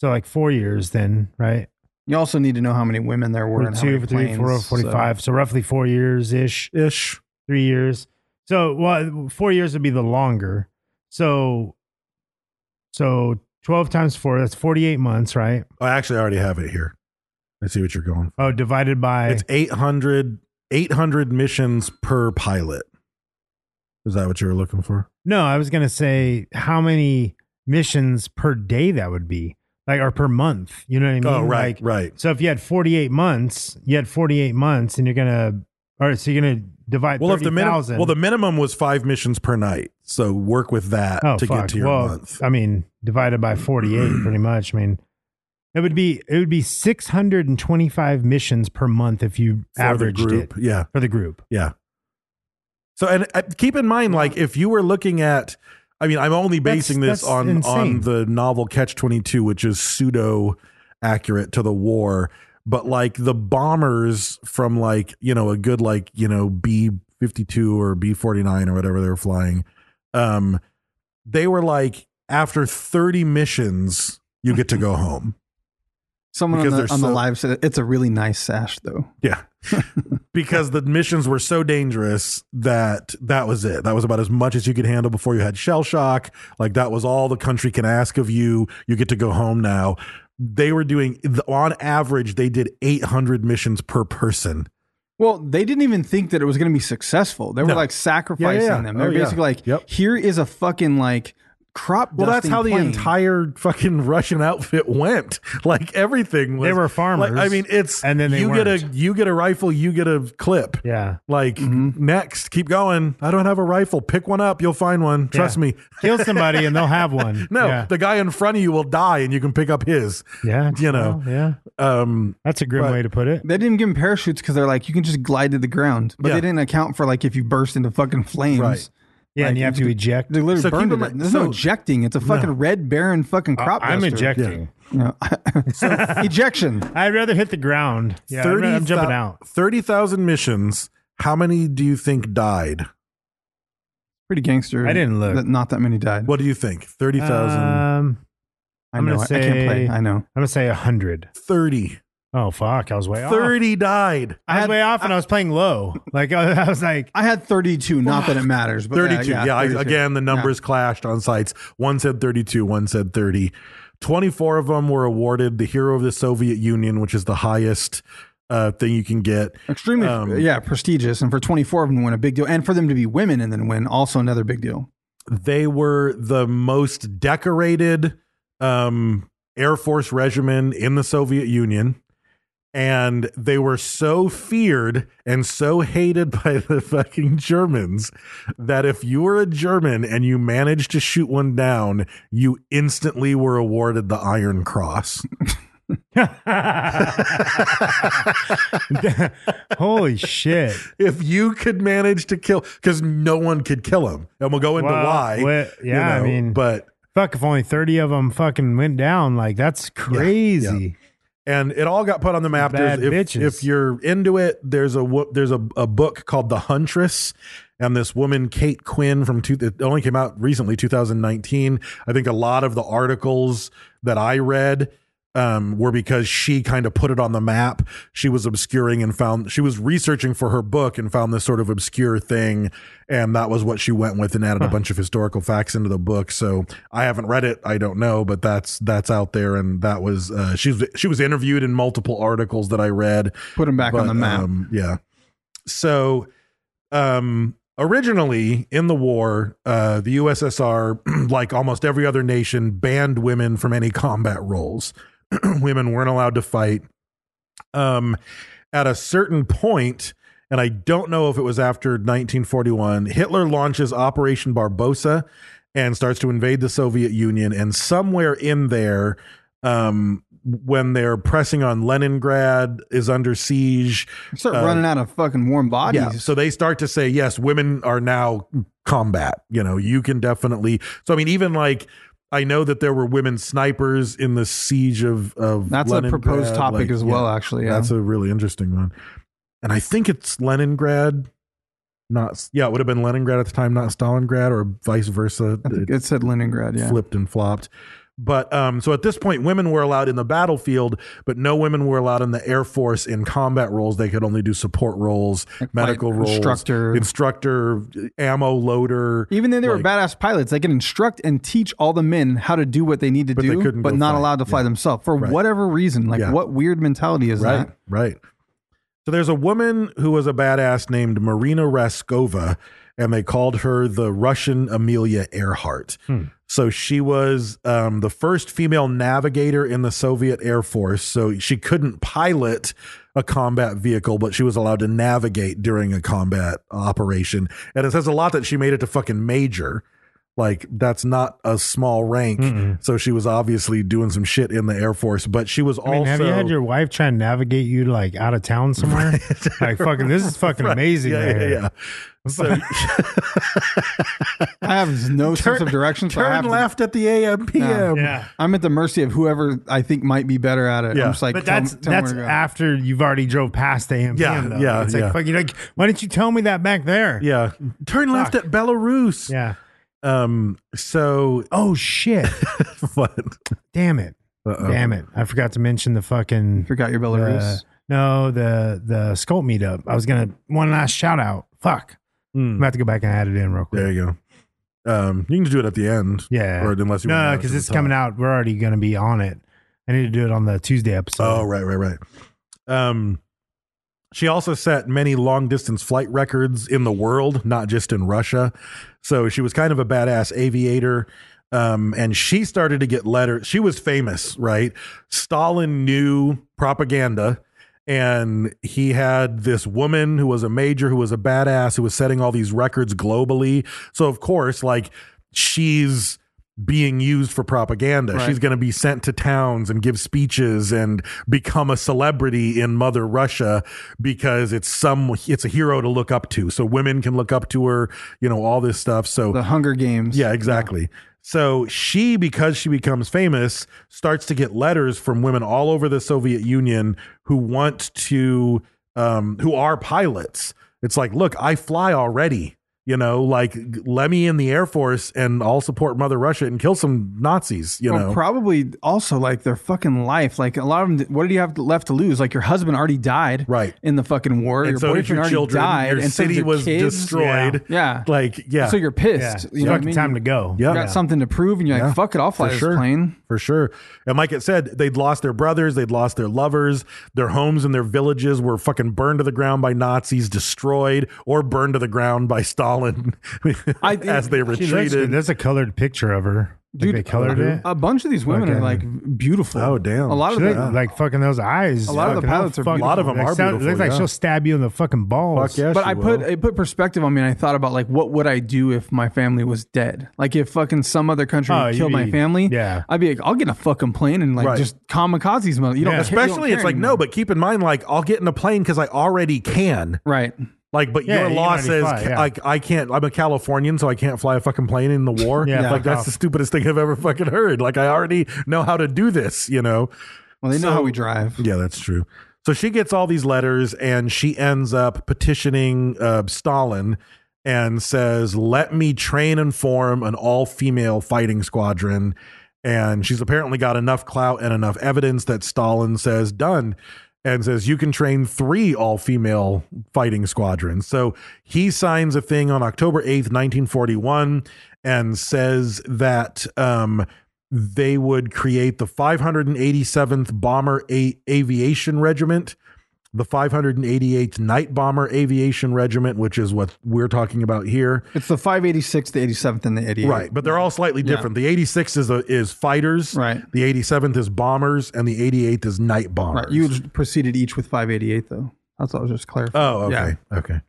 so like four years then, right?
you also need to know how many women there were and how many
Two, three,
planes,
four,
so-
45. So. roughly four years ish,
Ish.
three years. So well, four years would be the longer. So so twelve times four. That's forty eight months, right?
I Oh, actually already have it here. I see what you're going for.
Oh, divided by
It's 800, 800 missions per pilot. Is that what you were looking for?
No, I was gonna say how many missions per day that would be, like or per month. You know what I mean?
Oh, right,
Like,
right.
So if you had forty eight months, you had forty eight months, and you're gonna, all right. So you're gonna divide
Well, if
thirty
the minimum,
thousand.
well, the minimum was five missions per night, so work with that
oh,
to
fuck.
get to your
well,
month.
I mean, divided by forty eight, pretty much. I mean, it would be it would be six hundred and twenty five missions per month if you
For the
averaged
group,
it.
yeah.
for the group.
Yeah. So and uh, keep in mind, like if you were looking at, I mean, I'm only
That's-
basing this
that's
on on
insane.
the novel Catch 22, which is pseudo accurate to the war, but like the bombers from like you know a good like you know B 52 or B 49 or whatever they were flying, um, they were like after 30 missions you get to go home.
Someone on,
Because
the,
they're
on the
so-
live said it's a really nice sash though.
Yeah. because the missions were so dangerous that that was it. That was about as much as you could handle before you had shell shock. Like that was all the country can ask of you. You get to go home now. They were doing on average they did 800 missions per person.
Well, they didn't even think that it was going to be successful. They were
No.
like sacrificing
Yeah, yeah, yeah.
them. They're
Oh, yeah.
basically like,
Yep.
here is a fucking like crop.
Well, that's
dusting
how the
plane.
entire fucking Russian outfit went. Like everything was
They were farmers,
Like, I mean, it's
and then they
you get a
weren't.
you get a rifle, you get a clip.
Yeah. Mm-hmm.
Like next, keep going. I don't have a rifle. Pick one up. You'll find one. Trust
Yeah.
me.
Kill somebody and they'll have one.
No,
Yeah.
the guy in front of you will die, and you can pick up his.
yeah.
you know.
well, yeah.
Um,
That's a grim
But-
way to put it.
They didn't give them parachutes because they're like, you can just glide to the ground. But
Yeah.
they didn't account for like if you burst into fucking flames.
Right.
Yeah, and
Like,
you have to
d-
eject.
They literally
So keep
burned
in
it.
mind-
There's
so-
no ejecting. It's a fucking red baron fucking crop.
I'm
duster.
ejecting.
Ejection.
I'd rather hit the ground. Yeah, I'd rather- I'm jumping out.
Thirty thousand missions. How many do you think died?
Pretty gangster.
I didn't look.
That not that many died.
What do you think? Thirty thousand.
Um,
I
I'm
know.
gonna
I, I can't play.
say-
I know.
I'm gonna say hundred.
Thirty.
Oh fuck, I was way off.
Thirty died.
I was way off, and I, was playing low. Like I, I was like,
I had 32. Not that it matters. But uh, yeah,
Thirty-two. Yeah. I,
32.
again, the
Yeah.
numbers clashed on sites. One said thirty-two. One said thirty. Twenty-four of them were awarded the Hero of the Soviet Union, which is the highest uh, thing you can get.
extremely
Um,
yeah prestigious and for 24 of them to win a big deal and for them to be women and then win also another big deal
they were the most decorated um, Air Force regimen in the Soviet Union. And they were so feared and so hated by the fucking Germans that if you were a German and you managed to shoot one down, you instantly were awarded the Iron Cross.
holy shit!
if you could manage to kill, because no one could kill him. And we'll go into
Well,
why.
well,
you
yeah, I
know,
mean-
but
Fuck, if only thirty of them fucking went down. Like that's crazy.
and it all got put on the map.
Bad
There's- if,
bitches.
if you're into it, there's a wo- there's a, a book called The Huntress, and this woman Kate Quinn from two, it only came out recently, 2019. I think a lot of the articles that I read um, were because she kind of put it on the map. She was obscuring and found she was researching for her book and found this sort of obscure thing, and that was what she went with and added a bunch of historical facts into the book. So I haven't read it, I don't know, but that's that's out there, and that was uh, she was she was interviewed in multiple articles that I read.
put them back
But,
on the map
um, yeah. So, um, originally in the war, uh, the USSR, like almost every other nation, banned women from any combat roles. women weren't allowed to fight. Um, at a certain point, and I don't know if it was after 1941, Hitler launches Operation Barbosa and starts to invade the Soviet Union. And somewhere in there, um, when they're pressing on Leningrad, is under siege.
start running out of fucking warm bodies
Uh, Yeah. So they start to say, yes, women are now combat. You know, you can definitely. So, I mean, even like, I know that there were women snipers in the siege of of
That's a proposed
Leningrad,
topic
like,
as well, actually, yeah.
that's a really interesting one, and I think it's Leningrad, not yeah, it would have been Leningrad at the time, not Stalingrad, or vice versa.
I think
It-
it said leningrad yeah
flipped and flopped. But um, so at this point, women were allowed in the battlefield, but no women were allowed in the Air Force in combat roles. They could only do support roles,
Like
medical
flight
roles,
instructor.
instructor, ammo loader.
even though they were
like-
badass pilots they could instruct and teach all the men how to do what they need to
But they
do
couldn't
but
go
not
fly.
allowed to fly
Yeah.
themselves for
Right.
whatever reason like
Yeah.
what weird mentality is
right,
that
right. So there's a woman who was a badass named Marina Raskova, and they called her the Russian Amelia Earhart.
Hmm.
So she was um, the first female navigator in the Soviet Air Force. So she couldn't pilot a combat vehicle, but she was allowed to navigate during a combat operation. And it says a lot that she made it to fucking major. Like that's not a small rank. So she was obviously doing some shit in the Air Force, but she was
I mean,
also
have you had your wife try and navigate you like out of town somewhere? like fucking, this is fucking amazing.
Yeah,
right
yeah,
here.
yeah. So
I have no sense of direction. so I have
turn
to-
left at the AM PM.
Yeah.
I'm at the mercy of whoever I think might be better at it.
Yeah.
I'm just like,
But
tell
that's
me- tell me
that's
where to go.
after you've already drove past the AMPM.
Yeah,
though.
yeah,
It's like
yeah.
fuck. You're like, why didn't you tell me that back there?
Yeah. Turn left at Belarus.
yeah.
Um so
Oh shit!
what?
Damn it! Damn it! I forgot to mention the fucking
Forgot your Belarus.
Uh, no, the the sculpt meetup. I was gonna one last shout out. Fuck. I'm about to go back and add it in real quick.
Hmm. There you go. Um you can do it at the end.
Yeah.
Or unless you
no,
want to
because it's coming out. We're already gonna be on it. I need to do it on the Tuesday episode.
Oh, right, right, right. Um she also set many long distance flight records in the world, not just in Russia. So she was kind of a badass aviator. Um, and she started to get letters. She was famous, right? Stalin knew propaganda. And he had this woman who was a major, who was a badass, who was setting all these records globally. So, of course, like she's being used for propaganda. She's going to be sent to towns and give speeches and become a celebrity in Mother Russia because it's some it's a hero to look up to. So women can look up to her, you know, all this stuff. So
the Hunger Games.
yeah, exactly. So she, because she becomes famous, starts to get letters from women all over the Soviet Union who want to, um, who are pilots. It's like, look, I fly already. You know, like g- let me in the Air Force and I'll support Mother Russia and kill some Nazis. You
Well,
know,
probably also like their fucking life. Like a lot of them, what do you have left to lose? Like your husband already died,
Right.
In the fucking war,
and
your
so if
boyfriend
your
already
children,
died,
your
and so did
city
your
was
kids.
destroyed.
Yeah.
like yeah.
So you're
yeah.
pissed.
It's
You know what I
fucking
mean?
time to go.
Yeah.
You got something to prove, and you're
Yeah.
like, "Fuck it, I'll
for
fly this
sure.
plane."
For sure. And like it said, they'd lost their brothers, they'd lost their lovers, their homes and their villages were fucking burned to the ground by Nazis, destroyed, or burned to the ground by Stalin
I-
as they
She looks good.
retreated.
There's a colored picture of her. Dude, they colored it.
uh-huh. A bunch of these women are like
Fucking-
beautiful.
Oh, damn.
A lot of
She look,
them,
like fucking those eyes.
A lot of the
Fucking, I'll
pilots are
fuck-
beautiful. A
lot of them
Like,
are
sound- Looks
beautiful,
like
yeah.
she'll stab you in the fucking balls.
Fuck yeah,
but
she
I put
will.
it put perspective on me. And I thought about like what would I do if my family was dead? Like if fucking some other country
Oh, you'd
killed my
be-
family,
yeah.
I'd be like, I'll get in a fucking plane and like
Right.
just kamikazes, mother. You don't,
Yeah.
care- you don't
Especially, it's
care
like,
anymore.
no, but keep in mind, like, I'll get in a plane because I already can.
right,
Like, but
Yeah,
your
you
law
already
says,
fly, yeah.
like, I can't, I'm a Californian, so I can't fly a fucking plane in the war.
Yeah,
Like,
fuck
that's
off.
the stupidest thing I've ever fucking heard. Like, I already know how to do this, you know?
well they know
So-
how we drive.
Yeah, that's true. So she gets all these letters and she ends up petitioning uh, Stalin and says, Let me train and form an all female fighting squadron. And she's apparently got enough clout and enough evidence that Stalin says, Done. And says, You can train three all female fighting squadrons. So he signs a thing on October 8th, 1941, and says that. Um, they would create the 587th Bomber A- Aviation Regiment, the 588th Night Bomber Aviation Regiment, which is what we're talking about here.
It's the 586, the 87th, and the 88.
Right, but they're all slightly different. The 86th is a, is fighters,
Right.
The 87th is bombers, and the 88th is night bombers.
Right. You proceeded each with 588 though. That's what I was just clarifying.
Oh, okay. Okay.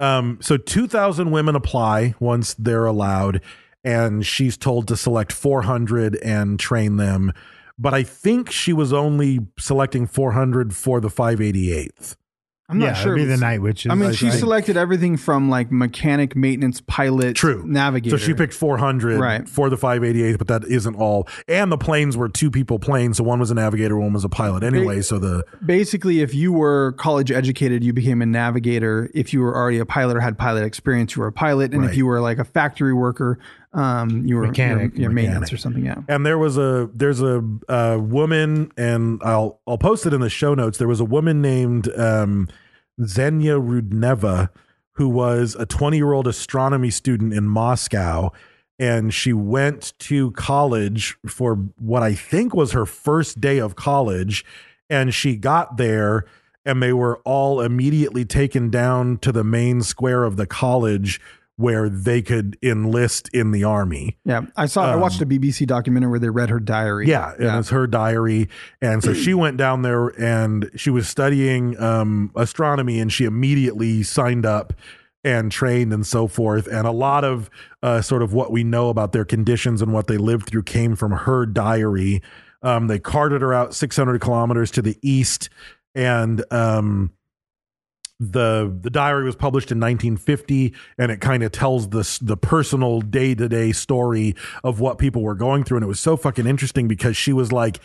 Um, so 2,000 women apply once they're allowed, and she's told to select 400 and train them. But I think she was only selecting 400 for the 588th.
I'm not
Yeah,
sure.
it'd be
if
the
it's-
night witches.
I mean,
I
she
think.
selected everything from like mechanic, maintenance, pilot,
True.
navigator.
So she picked 400
Right.
for the 588th, but that isn't all. And the planes were two people planes. So one was a navigator, one was a pilot anyway. So the,
Basically, if you were college educated, you became a navigator. If you were already a pilot or had pilot experience, you were a pilot. And
Right.
if you were like a factory worker, um, you were
Mechanic.
your, maintenance
Mechanic.
or something. Yeah.
and there was a there's a, uh woman and I'll I'll post it in the show notes. There was a woman named um, Xenia Rudneva who was a 20 year old astronomy student in Moscow, and she went to college for what I think was her first day of college, and she got there. And they were all immediately taken down to the main square of the college where they could enlist in the army.
Yeah, I saw. I watched a BBC documentary where they read her diary.
Um, Yeah, and it's her diary. And so she went down there and she was studying um, astronomy and she immediately signed up and trained and so forth. And a lot of uh, sort of what we know about their conditions and what they lived through came from her diary. Um, they carted her out 600 kilometers to the east and. Um, the the diary was published in 1950 and it kind of tells this the personal day-to-day story of what people were going through and it was so fucking interesting because she was like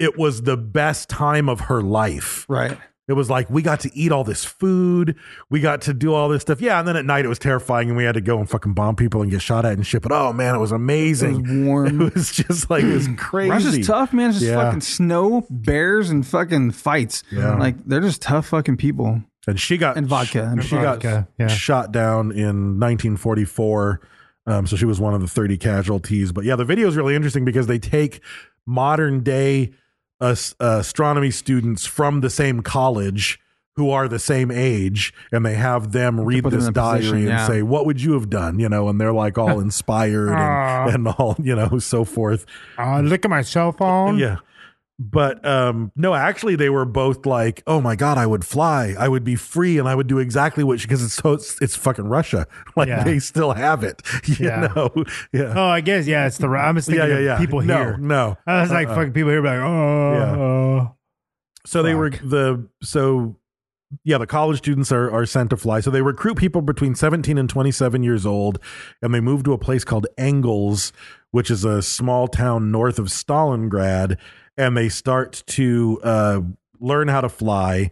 it was the best time of her life
Right.
it was like we got to eat all this food we got to do all this stuff yeah and then at night it was terrifying and we had to go and fucking bomb people and get shot at and shit but oh man it was amazing
It was warm.
it was just like it was crazy
Russia's tough, man. It's just
Yeah.
fucking snow, bears, and fucking fights.
Yeah.
Like they're just tough fucking people.
and she got
And vodka. And
she
vodka, yeah.
got shot down in 1944 um, so she was one of the 30 casualties but yeah the video is really interesting because they take modern day as- astronomy students from the same college who are the same age and they have them read
put them
this
in a
diary
position,
and
yeah.
say what would you have done you know and they're like all inspired and, and all you know so forth
Uh, look at my cell phone.
yeah. But um no, actually they were both like, "Oh my god, I would fly. I would be free and I would do exactly what she because it's so it's, it's fucking Russia. Like
Yeah.
they still have it, you
Yeah.
know. Yeah.
Oh, I guess yeah. It's the I'm just thinking
Yeah, yeah,
of
yeah.
people
No,
here.
no.
I was like
Uh-uh.
fucking people here. Be like oh,
Yeah.
oh.
So they were
Fuck.
the so yeah, the college students are are sent to fly. So they recruit people between 17 and 27 years old and they move to a place called Engels, which is a small town north of Stalingrad, and they start to uh learn how to fly.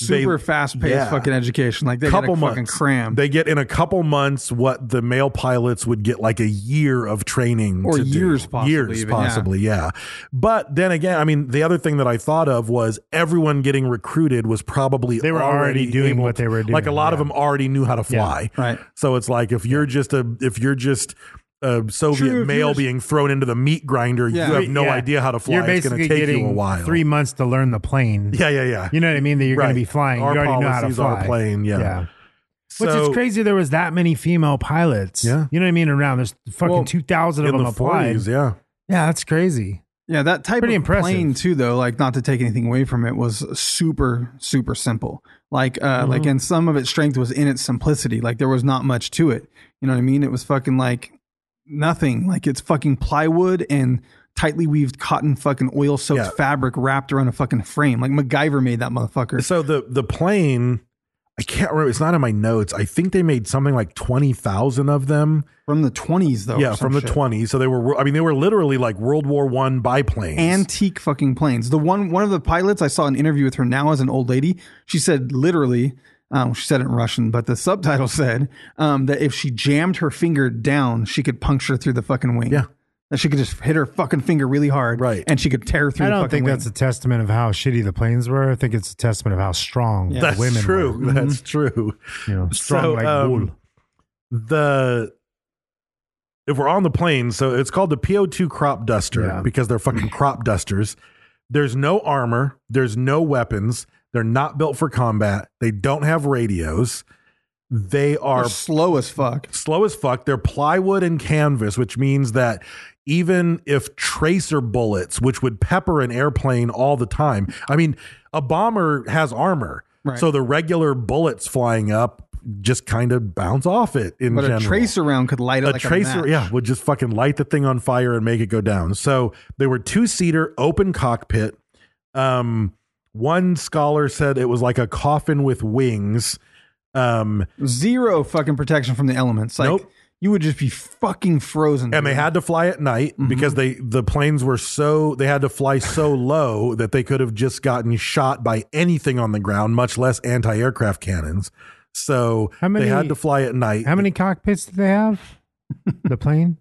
They-
Super fast paced
Yeah.
fucking education. Like they
couple
get a fucking
months
cram.
They get in a couple months what the male pilots would get like a year of training
Or
to do.
years possibly
years
even, yeah.
possibly, yeah. But then again, I mean, the other thing that I thought of was everyone getting recruited was probably
They were already doing
able
what they were
Like a
doing,
lot of
yeah.
them already knew how to fly,
right.
So it's like if you're just a if you're just a Soviet
True, if
male
you're-
being thrown into the meat grinder,
Yeah.
you have no
Yeah.
idea how to fly.
You're
It's going
basically
to take
getting
you a while.
Three months to learn the plane.
yeah, yeah, yeah.
You know what I mean? That you're going
Right.
to be flying.
Our
you already know how to
policies are
fly.
plane, yeah.
Which
So-
is crazy. There was that many female pilots.
Yeah.
You know what I mean? Around there's fucking
Well,
two thousand of
in
them
the
applied.
forties, yeah.
Yeah, that's crazy.
Yeah, that type
Pretty
of
impressive.
plane too, though. Like, not to take anything away from it, was super, super simple. Like, uh,
Mm-hmm.
like, and some of its strength was in its simplicity. Like, there was not much to it. You know what I mean? It was fucking like nothing. Like, it's fucking plywood and tightly weaved cotton, fucking oil soaked
Yeah.
fabric wrapped around a fucking frame. Like MacGyver made that motherfucker.
So the the plane, I can't remember. It's not in my notes. I think they made something like twenty thousand of them.
from the twenties,
Oh,
though. or
yeah,
some
from the
shit.
twenties. So they were. I mean, they were literally like World War One biplanes.
antique fucking planes. The one one of the pilots I saw an interview with her now as an old lady. She said literally, um, she said it in Russian, but the subtitle said um, that if she jammed her finger down, she could puncture through the fucking wing.
Yeah.
that she could just hit her fucking finger really hard,
Right.
and she could tear through.
I
the
don't
fucking
think
wing.
that's a testament of how shitty the planes were. I think it's a testament of how strong the
that's
women
true.
were.
That's true.
You know, strong
So,
like
um,
wool.
The if we're on the plane, so it's called the PO2 crop duster
Yeah.
because they're fucking crop dusters. There's no armor. There's no weapons. They're not built for combat. They don't have radios. They
They're
are
slow as fuck.
slow as fuck. They're plywood and canvas, which means that even if tracer bullets, which would pepper an airplane all the time, I mean, a bomber has armor.
Right.
So the regular bullets flying up just kind of bounce off it in
But
general
a tracer round could light it
a
like
tracer,
match.
yeah, would just fucking light the thing on fire and make it go down. So they were two seater, open cockpit. Um, one scholar said it was like a coffin with wings. Um,
Zero fucking protection from the elements. Like
Nope.
you would just be fucking frozen.
and they
dude.
Mm-hmm.
had to fly at night because they the planes were so they had to fly so low that they could have just gotten shot by anything on the ground, much less anti aircraft cannons. So
How many-
they had to fly at night.
How many cockpits did they have? the plane?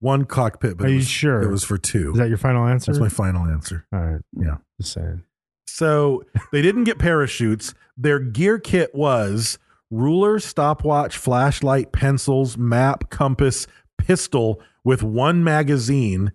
One cockpit, but
Are
it
you
was,
sure?
it was for two.
Is that your Uh, final answer?
That's my final answer.
All right.
Yeah.
Just saying.
So they didn't get parachutes. Their gear kit was ruler, stopwatch, flashlight, pencils, map, compass,
Mm-hmm.
pistol with one magazine.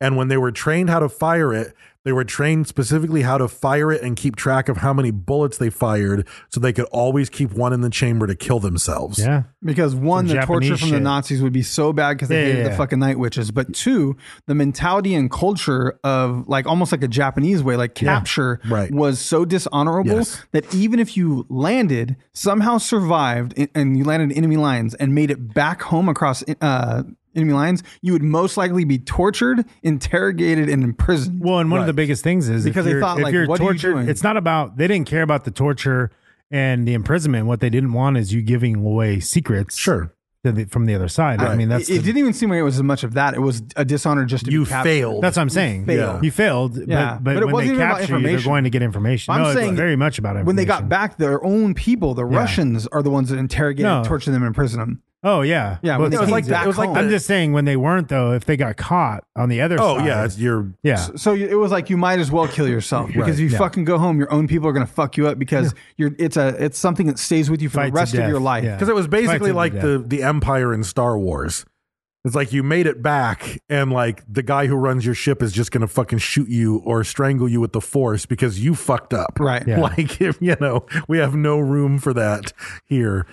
And when they were trained how to fire it, They were trained specifically how to fire it and keep track of how many bullets they fired so they could always keep one in the chamber to kill themselves.
Yeah.
Because one,
Some
the torture
Japanese
from the
shit.
Nazis would be so bad because they
Yeah,
hated
yeah,
the
yeah.
fucking night witches. But two, the mentality and culture of like almost like a Japanese way, like capture
right.
was so dishonorable
Yes.
that even if you landed, somehow survived a- and you landed in enemy lines and made it back home across uh, enemy lines, you would most likely be tortured, interrogated, and imprisoned.
Well, and one of the biggest things is
Because
if
they
you're-
thought,
if
like,
you're
what are you
tortured,
doing?
it's not about they didn't care about the torture and the imprisonment. What they didn't want is you giving away secrets.
Sure.
to the, from the other side. I
Right.
mean, that's
it, it
the-
didn't even seem like it was as much of that. It was a dishonor just to
You
be captured.
failed.
that's what I'm saying.
failed.
You failed.
Yeah.
but, but,
But it
when
wasn't
they
even about
capture you, they're
information.
going to get information.
I'm
no, it's
saying
very much about information.
when they got back, their own people, the
Yeah.
Russians, are the ones that interrogated,
No.
tortured them, and imprison them.
Oh yeah,
Yeah, when
Well,
they
it was
came
like
back
it was like
home.
the-
I'm just saying when they weren't though, if they got caught on the other
Oh,
side.
yeah. It's your.
yeah.
so you- it was like you might as well kill yourself because if you
yeah.
fucking go home, your own people are gonna fuck you up because you're it's a it's something that stays with you for
Fight
the
to
rest of
death,
your life.
yeah.
Because it was basically
Fighting to
like
death.
the, the Empire in Star Wars. It's like you made it back, and like the guy who runs your ship is just going to fucking shoot you or strangle you with the force because you fucked up.
Right.
Yeah.
Like, if, you know, we have no room for that here.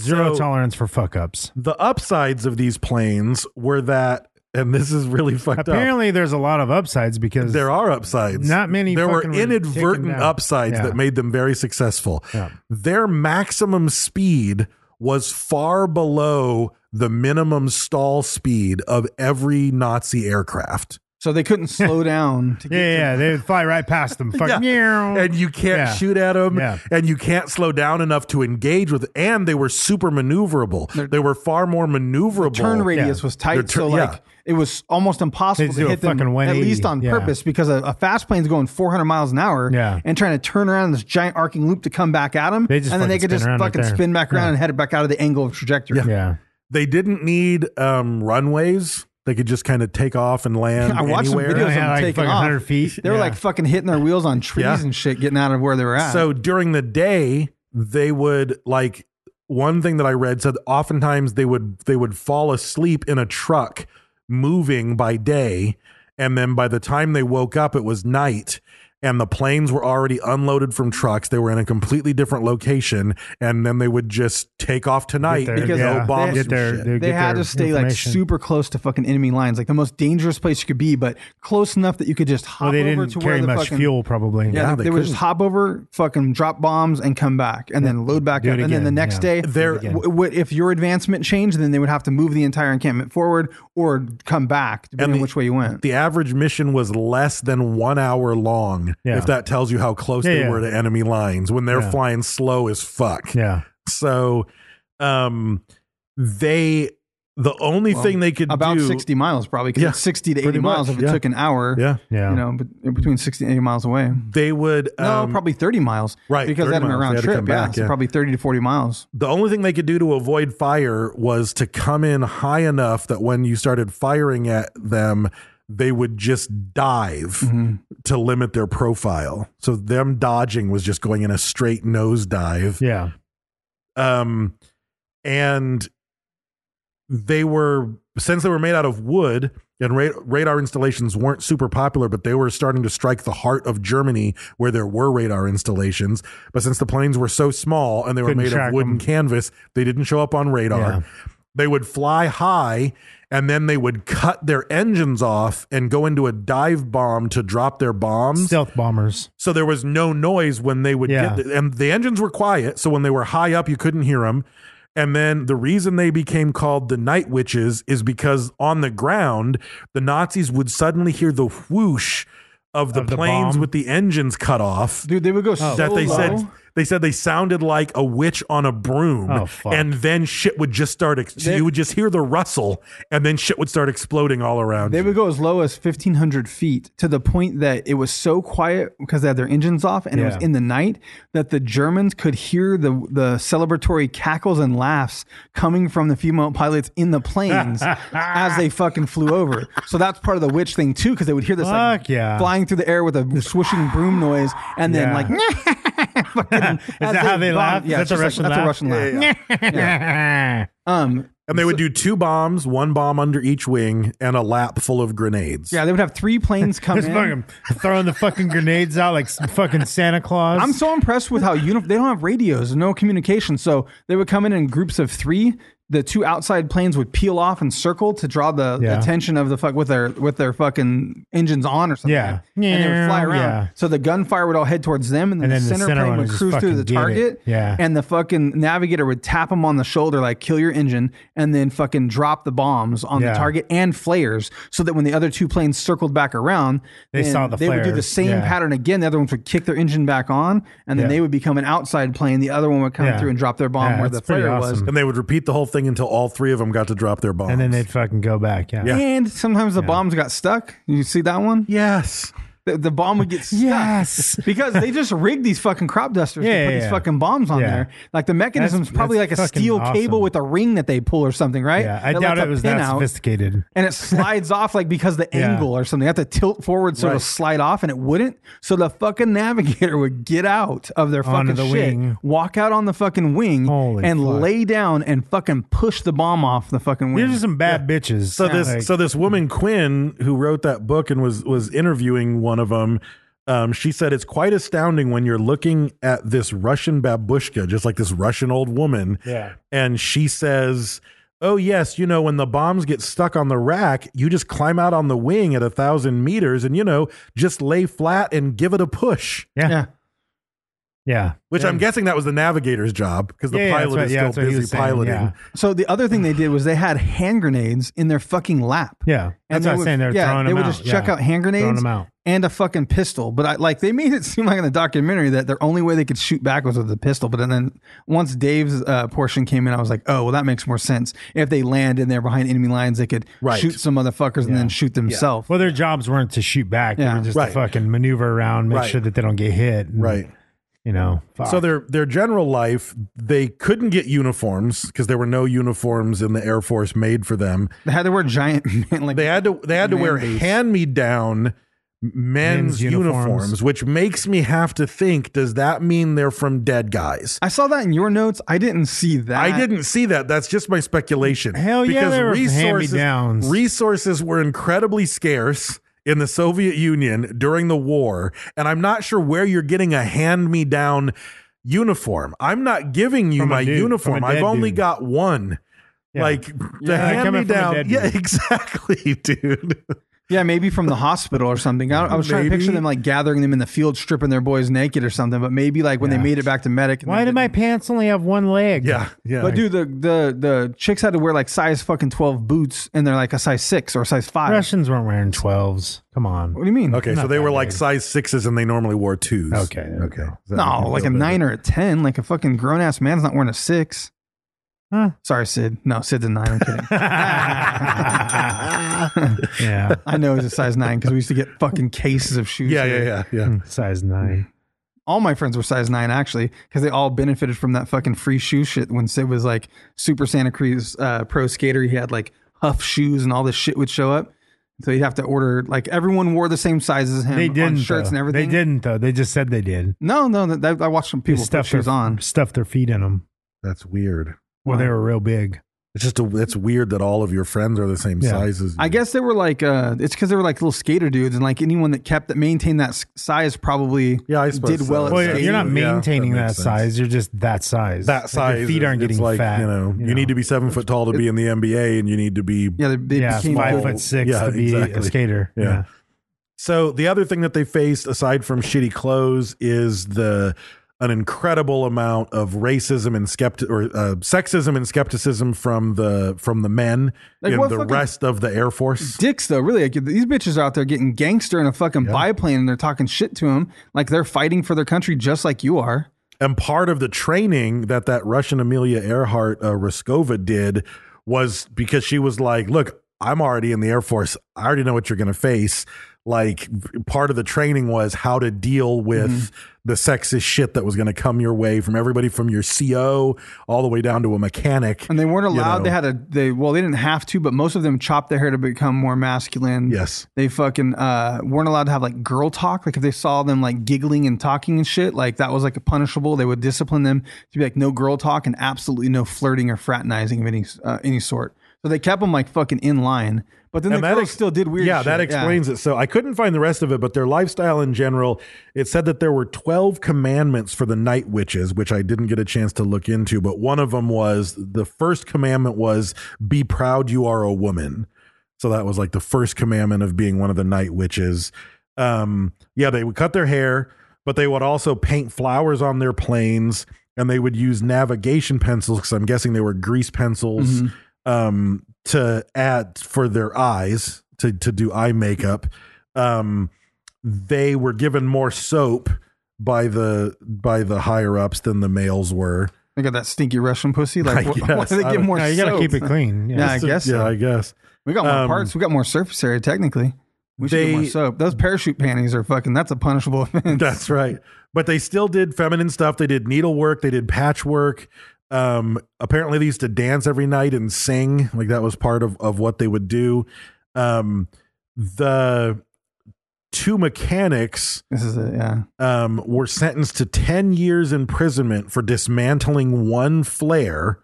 Zero
So-
tolerance for fuck ups.
the upsides of these planes were that, and this is really fucked up.
Apparently, there's a lot of upsides because
There are upsides.
Not many
There were
fucking were taken
inadvertent
down.
upsides
Yeah.
that made them very successful.
Yeah.
Their maximum speed was far below the minimum stall speed of every Nazi aircraft.
So they couldn't slow down. To
Yeah, yeah,
to-
they would fly right past them. Fucking
And you can't
Yeah.
shoot at them,
Yeah.
and you can't slow down enough to engage with. And they were super maneuverable. they were far more maneuverable.
turn radius
Yeah.
was
Their
tight,
tur-
so like
yeah.
it was almost impossible
They'd
to
do a
hit them
fucking
at
180,
least on
yeah.
purpose because a, a fast plane's going 400 miles an hour
Yeah.
and trying to turn around in this giant arcing loop to come back at them,
They just
and then they
fucking
could
spin
just
around right
fucking
there.
spin back around
Yeah.
and head it back out of the angle of trajectory.
yeah.
they didn't need um, runways. They could just kind of take off and land
I watched some
anywhere.
videos of
Yeah,
them
like
taking
fucking
off.
100 feet.
They were
Yeah.
like fucking hitting their wheels on trees
Yeah.
and shit, getting out of where they were at.
So during the day, they would like one thing that I read said oftentimes they would they would fall asleep in a truck moving by day, and then by the time they woke up, it was night. And the planes were already unloaded from trucks. They were in a completely different location, and then they would just take off tonight
their-
because
Because
no
yeah.
bombs.
Get
and
their-
shit.
their-
they
get
had
their
to stay like
information.
super close to fucking enemy lines, like the most dangerous place you could be, but close enough that you could just hop
Well, they
over
didn't
to
carry
where the
much
fucking,
fuel, probably.
Yeah,
Yeah,
they,
they
would just
couldn't.
hop over, fucking drop bombs, and come back, and then load back
Do
up,
it
and then the
again,
next
yeah.
day,
There-
w- w- if your advancement changed, then they would have to move the entire encampment forward or come back, depending on
the-
which way you went.
the average mission was less than one hour long.
Yeah.
If that tells you how close
Yeah,
they
yeah.
were to enemy lines when they're
Yeah.
flying slow as fuck.
Yeah.
So, um, they the only thing they could
about
do,
60 miles probably because
Yeah,
it's 60 to 80
pretty much,
miles if it
yeah.
took an hour
Yeah.
Yeah.
you know bet- between 60 and 80 miles away
they would
no
um,
probably 30 miles
right,
because
30
that had
miles.
a
They
round
had to
trip
come
yeah,
back,
so
yeah.
probably 30 to 40 miles
the only thing they could do to avoid fire was to come in high enough that when you started firing at them, they would just dive
Mm-hmm.
to limit their profile. So them dodging was just going in a straight nose dive.
Yeah.
um, and they were since they were made out of wood and ra- radar installations weren't super popular but they were starting to strike the heart of germany where there were radar installations but since the planes were so small and they were
Couldn't
made
track
of wooden
them.
canvas they didn't show up on radar
Yeah.
they would fly high and then they would cut their engines off and go into a dive bomb to drop their bombs
Stealth bombers.
so there was no noise when they would
Yeah.
get the, and the engines were quiet so when they were high up you couldn't hear them and then the reason they became called the night witches is because on the ground the nazis would suddenly hear the whoosh of the
Of the
planes
bomb.
with the engines cut off
dude they would go so
that they
low.
said they said they sounded like a witch on a broom
Oh, fuck.
and then shit would just start ex- so
They-
you would just hear the rustle and then shit would start exploding all around
they
you.
would go as low as 1500 feet to the point that it was so quiet because they had their engines off and it was
Yeah.
in the night that the germans could hear the the celebratory cackles and laughs coming from the female pilots in the planes as they fucking flew over so that's part of the witch thing too because they would hear this like
Fuck yeah.
flying through the air with a swishing broom noise and then
Yeah.
like fucking,
Is that how they laugh?
Yeah,
Is
it's
that
just
the
like-
Russian
that's a
laugh?
russian laugh um,
And they would do two bombs, one bomb under each wing, and a lap full of grenades.
Yeah, they would have three planes come
Just
in.
fucking throwing the fucking grenades out like s- fucking Santa Claus.
I'm so impressed with how uni- they don't have radios, no communication. So they would come in in groups of three. The two outside planes would peel off and circle to draw the
Yeah.
attention of the fuck with their with their fucking engines on or something.
Yeah.
and they would fly
Yeah,
around.
yeah.
So the gunfire would all head towards them, and then, the, center plane
one
would
would just
cruise through
fucking
the
get it.
target.
Yeah.
and the fucking navigator would tap them on the shoulder like "kill your engine," and then fucking drop the bombs on
Yeah.
the target and flares, so that when the other two planes circled back around,
They
then
saw the
they would do the
flares.
same
Yeah.
pattern again. The other ones would kick their engine back on, and then
Yeah.
they would become an outside plane. The other one would come
Yeah.
through and drop their bomb
Yeah,
where the
that's pretty
flare was.
awesome.
And they would repeat the whole thing until all three of them got to drop their bombs.
and then they'd fucking go back. Yeah.
Yeah.
And sometimes the bombs got stuck. You see that one?
yes.
The, the bomb would get stuck.
Yes.
Because they just rigged these fucking crop dusters
Yeah,
to put
yeah,
these
yeah.
fucking bombs on
Yeah.
there. Like the mechanism's
That's-
probably
that's
like a
fucking
steel
awesome.
cable with a ring that they pull or something, right?
Yeah, I
That
doubt
lets
it
a
was
pin
that
out,
sophisticated.
And it slides off like because the
Yeah.
angle or something. You have to tilt forward so it'll
Right.
slide off and it wouldn't. So the fucking navigator would get out of their
Onto
fucking
the
shit,
wing.
walk out on the fucking wing
Holy
and
fuck.
lay down and fucking push the bomb off the fucking wing.
These are some bad bitches.
So this so this woman Quinn who wrote that book and was was interviewing one of them um, she said it's quite astounding when you're looking at this Russian babushka just like this Russian old woman
Yeah.
and she says oh yes you know when the bombs get stuck on the rack you just climb out on the wing at a thousand meters and you know just lay flat and give it a push
yeah. Yeah.
Yeah.
which I'm guessing that was the navigator's job because the
Yeah, yeah, that's
pilot
what-
is
yeah,
still
that's what he
busy
was saying,
piloting
yeah.
So the other thing they did was they had hand grenades in their fucking lap.
Yeah. That's
they
what I'm saying. They're
yeah,
throwing
They
them
would
out,
just chuck
yeah.
out hand
Throwing
grenades
them out.
and a fucking pistol. But I like they made it seem like in the documentary that their only way they could shoot back was with a pistol. But then once Dave's uh, portion came in, I was like, oh, well, that makes more sense. If they land in there behind enemy lines, they could
Right.
shoot some motherfuckers and then shoot themselves.
Well, their jobs weren't to shoot back. They
Yeah.
were just
Right.
to fucking maneuver around, make
Right.
sure that they don't get hit. and,
right
You know. fuck.
So their their general life, they couldn't get uniforms because there were no uniforms in the Air Force made for them.
They had to wear giant man like
They had to they had to
Man
wear
boots.
hand me down men's,
Men's
uniforms.
uniforms.
which makes me have to think: Does that mean they're from dead guys?
I saw that in your notes. I didn't see that.
I didn't see that. That's just my speculation.
Hell yeah, they were hand-me-downs.
resources were incredibly scarce in the Soviet Union during the war, and I'm not sure where you're getting a hand me down uniform. I'm not giving you
From a
my
dude-
uniform.
from a dead
I've only
dude.
got one.
Yeah.
Like the
coming
hand
from a
me down.
dead
Yeah,
dude.
exactly, dude.
Yeah, maybe from the hospital or something. I, I was trying to picture
Maybe.
them like gathering them in the field, stripping their boys naked or something. But maybe like when
Yeah.
they made it back to medic. and
Why
they
do my
didn't-
pants only have one leg?
Yeah, yeah.
But dude, the the the chicks had to wear like size fucking twelve boots, and they're like a size six or a size five.
Russians weren't wearing 12s. Come on.
What do you mean?
okay, so
not
they were
that
like
big.
size sixes, and they normally wore twos.
Okay, there we
okay.
go.
Does that make
No,
you
like a
feel better?
nine or a ten. Like a fucking grown ass man's not wearing a six.
Huh.
Sorry, Sid. No, Sid's a nine. I'm kidding.
yeah.
I know he's a size nine because we used to get fucking cases of shoes.
Yeah,
here.
yeah, yeah, yeah.
Size nine.
all my friends were size nine actually because they all benefited from that fucking free shoe shit when Sid was like super Santa Cruz uh, pro skater. He had like Huff shoes and all this shit would show up. So you'd have to order like everyone wore the same size as him.
They
on
didn't.
shirts
though.
and everything.
They didn't, though. They just said they did.
No, no. That, that- I watched some
They
people put shoes
their,
on.
stuffed their feet in them.
That's weird.
Well, they were real big.
It's just a, it's weird that all of your friends are the same
Yeah.
size as.
I
you.
guess they were like uh, it's because they were like little skater dudes and like anyone that kept that maintained that s- size probably
Yeah, I suppose
did
so.
well at
Well,
yeah,
you're,
skating.
you're not
Yeah, that
maintaining
makes
that,
sense.
size. You're just that size.
that
Like,
size.
your feet aren't
it's
getting
like,
fat.
You know, you, need to be seven foot tall to be in the NBA, and you need to be.
yeah, they, they
yeah,
became
five
old.
foot six
Yeah,
to be
exactly.
a skater.
Yeah. So the other thing that they faced, aside from shitty clothes, is the an incredible amount of racism and skepti- or uh, sexism and skepticism from the from the men
Like,
in
what
the
fucking-
rest of the Air Force.
dicks though really like these bitches are out there getting gangster in a fucking biplane and they're talking shit to him like they're fighting for their country just like you are
and part of the training that that Russian Amelia Earhart uh, Raskova did was because she was like, "Look, I'm already in the Air Force. I already know what you're going to face. like part of the training was how to deal with the sexist shit that was going to come your way from everybody from your CO all the way down to a mechanic.
And they weren't
you
allowed.
know.
They had a they well they didn't have to, but most of them chopped their hair to become more masculine.
Yes.
They fucking uh, weren't allowed to have like girl talk. Like if they saw them like giggling and talking and shit, like that was like a punishable. They would discipline them to be like no girl talk and absolutely no flirting or fraternizing of any uh, any sort. So they kept them like fucking in line. But then the girls
ex-
still did weird.
Yeah,
shit.
that explains it. So I couldn't find the rest of it, but their lifestyle in general, it said that there were 12 commandments for the night witches, which I didn't get a chance to look into, but one of them was the first commandment was be proud you are a woman. So that was like the first commandment of being one of the night witches. Um, yeah, they would cut their hair, but they would also paint flowers on their planes and they would use navigation pencils because I'm guessing they were grease
Mm-hmm.
pencils um, to add for their eyes to, to do eye makeup. Um, they were given more soap by the by the higher ups than the males were.
They got that stinky Russian pussy. Like wh- why
guess.
do they
I
get
would-
more?
Yeah, you gotta
soap?
keep it clean. Yeah.
Yeah, I guess.
yeah,
so.
I guess.
We got more
Um,
parts. We got more surface area technically. We should get more
They-
soap. Those parachute panties are fucking. That's a punishable offense.
That's right. But they still did feminine stuff. They did needlework. They did patchwork. Um, apparently, they used to dance every night and sing. Like that was part of of what they would do. Um, the two mechanics
This is it. Yeah.
um, were sentenced to 10 years imprisonment for dismantling one flare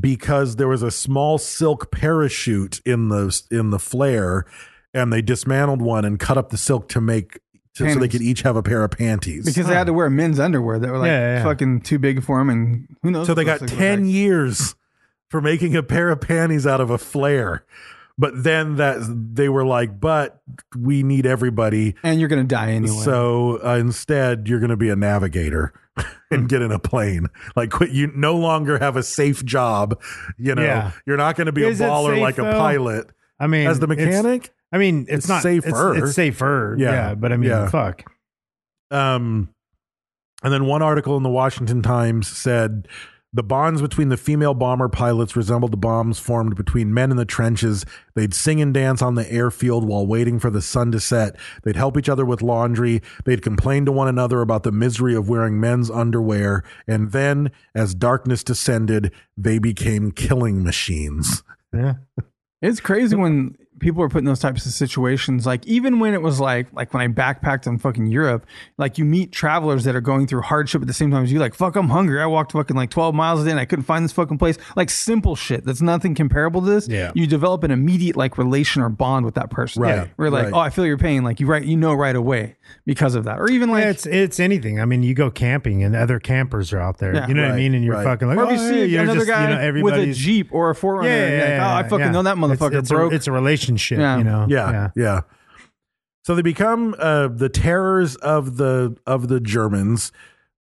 because there was a small silk parachute in the in the flare and they dismantled one and cut up the silk to make to, so they
Panties.
could each have a pair of panties
Because they had to wear men's underwear that were like
Yeah, yeah, yeah.
fucking too big for them, and who knows?
so they
what else
got
could
10
like.
years for making a pair of panties out of a flare but then that they were like but we need everybody
and you're gonna die anyway.
So uh, instead, you're going to be a navigator and get in a plane. Like, quit. You no longer have a safe job. You know,
Yeah.
you're not going to be
Is
a
it
baller
safe,
like a
though?
pilot.
I mean,
as the
it's-
mechanic,
I mean, it's,
It's
not
safer.
It's, it's safer.
Yeah.
Yeah. but I mean,
Yeah.
fuck.
Um, and then one article in the Washington Times said the bonds between the female bomber pilots resembled the bombs formed between men in the trenches. They'd sing and dance on the airfield while waiting for the sun to set. They'd help each other with laundry. They'd complain to one another about the misery of wearing men's underwear. And then, as darkness descended, they became killing machines.
Yeah.
It's crazy when people are put in those types of situations. Like even when it was like like when I backpacked in fucking Europe, like you meet travelers that are going through hardship at the same time as you. Like fuck, I'm hungry. I walked fucking like 12 miles a day and I couldn't find this fucking place. Like simple shit that's nothing comparable to this.
Yeah.
you develop an immediate like relation or bond with that person.
Right, Yeah.
we're like,
right.
oh, I feel your pain. Like you right, you know right away because of that. Or even like
Yeah, it's it's anything. I mean, you go camping and other campers are out there.
Yeah.
you know what
Right,
I mean? And you're
right.
fucking like,
Or if
oh,
you see
hey, you're
another
just,
guy
you know,
with a
everybody's-
jeep or a forerunner, yeah, like, oh, I fucking
yeah.
know that
It's-
motherfucker
it's
broke.
A, it's a relationship,
Yeah.
you know.
Yeah, yeah. So they become uh, the terrors of the of the Germans.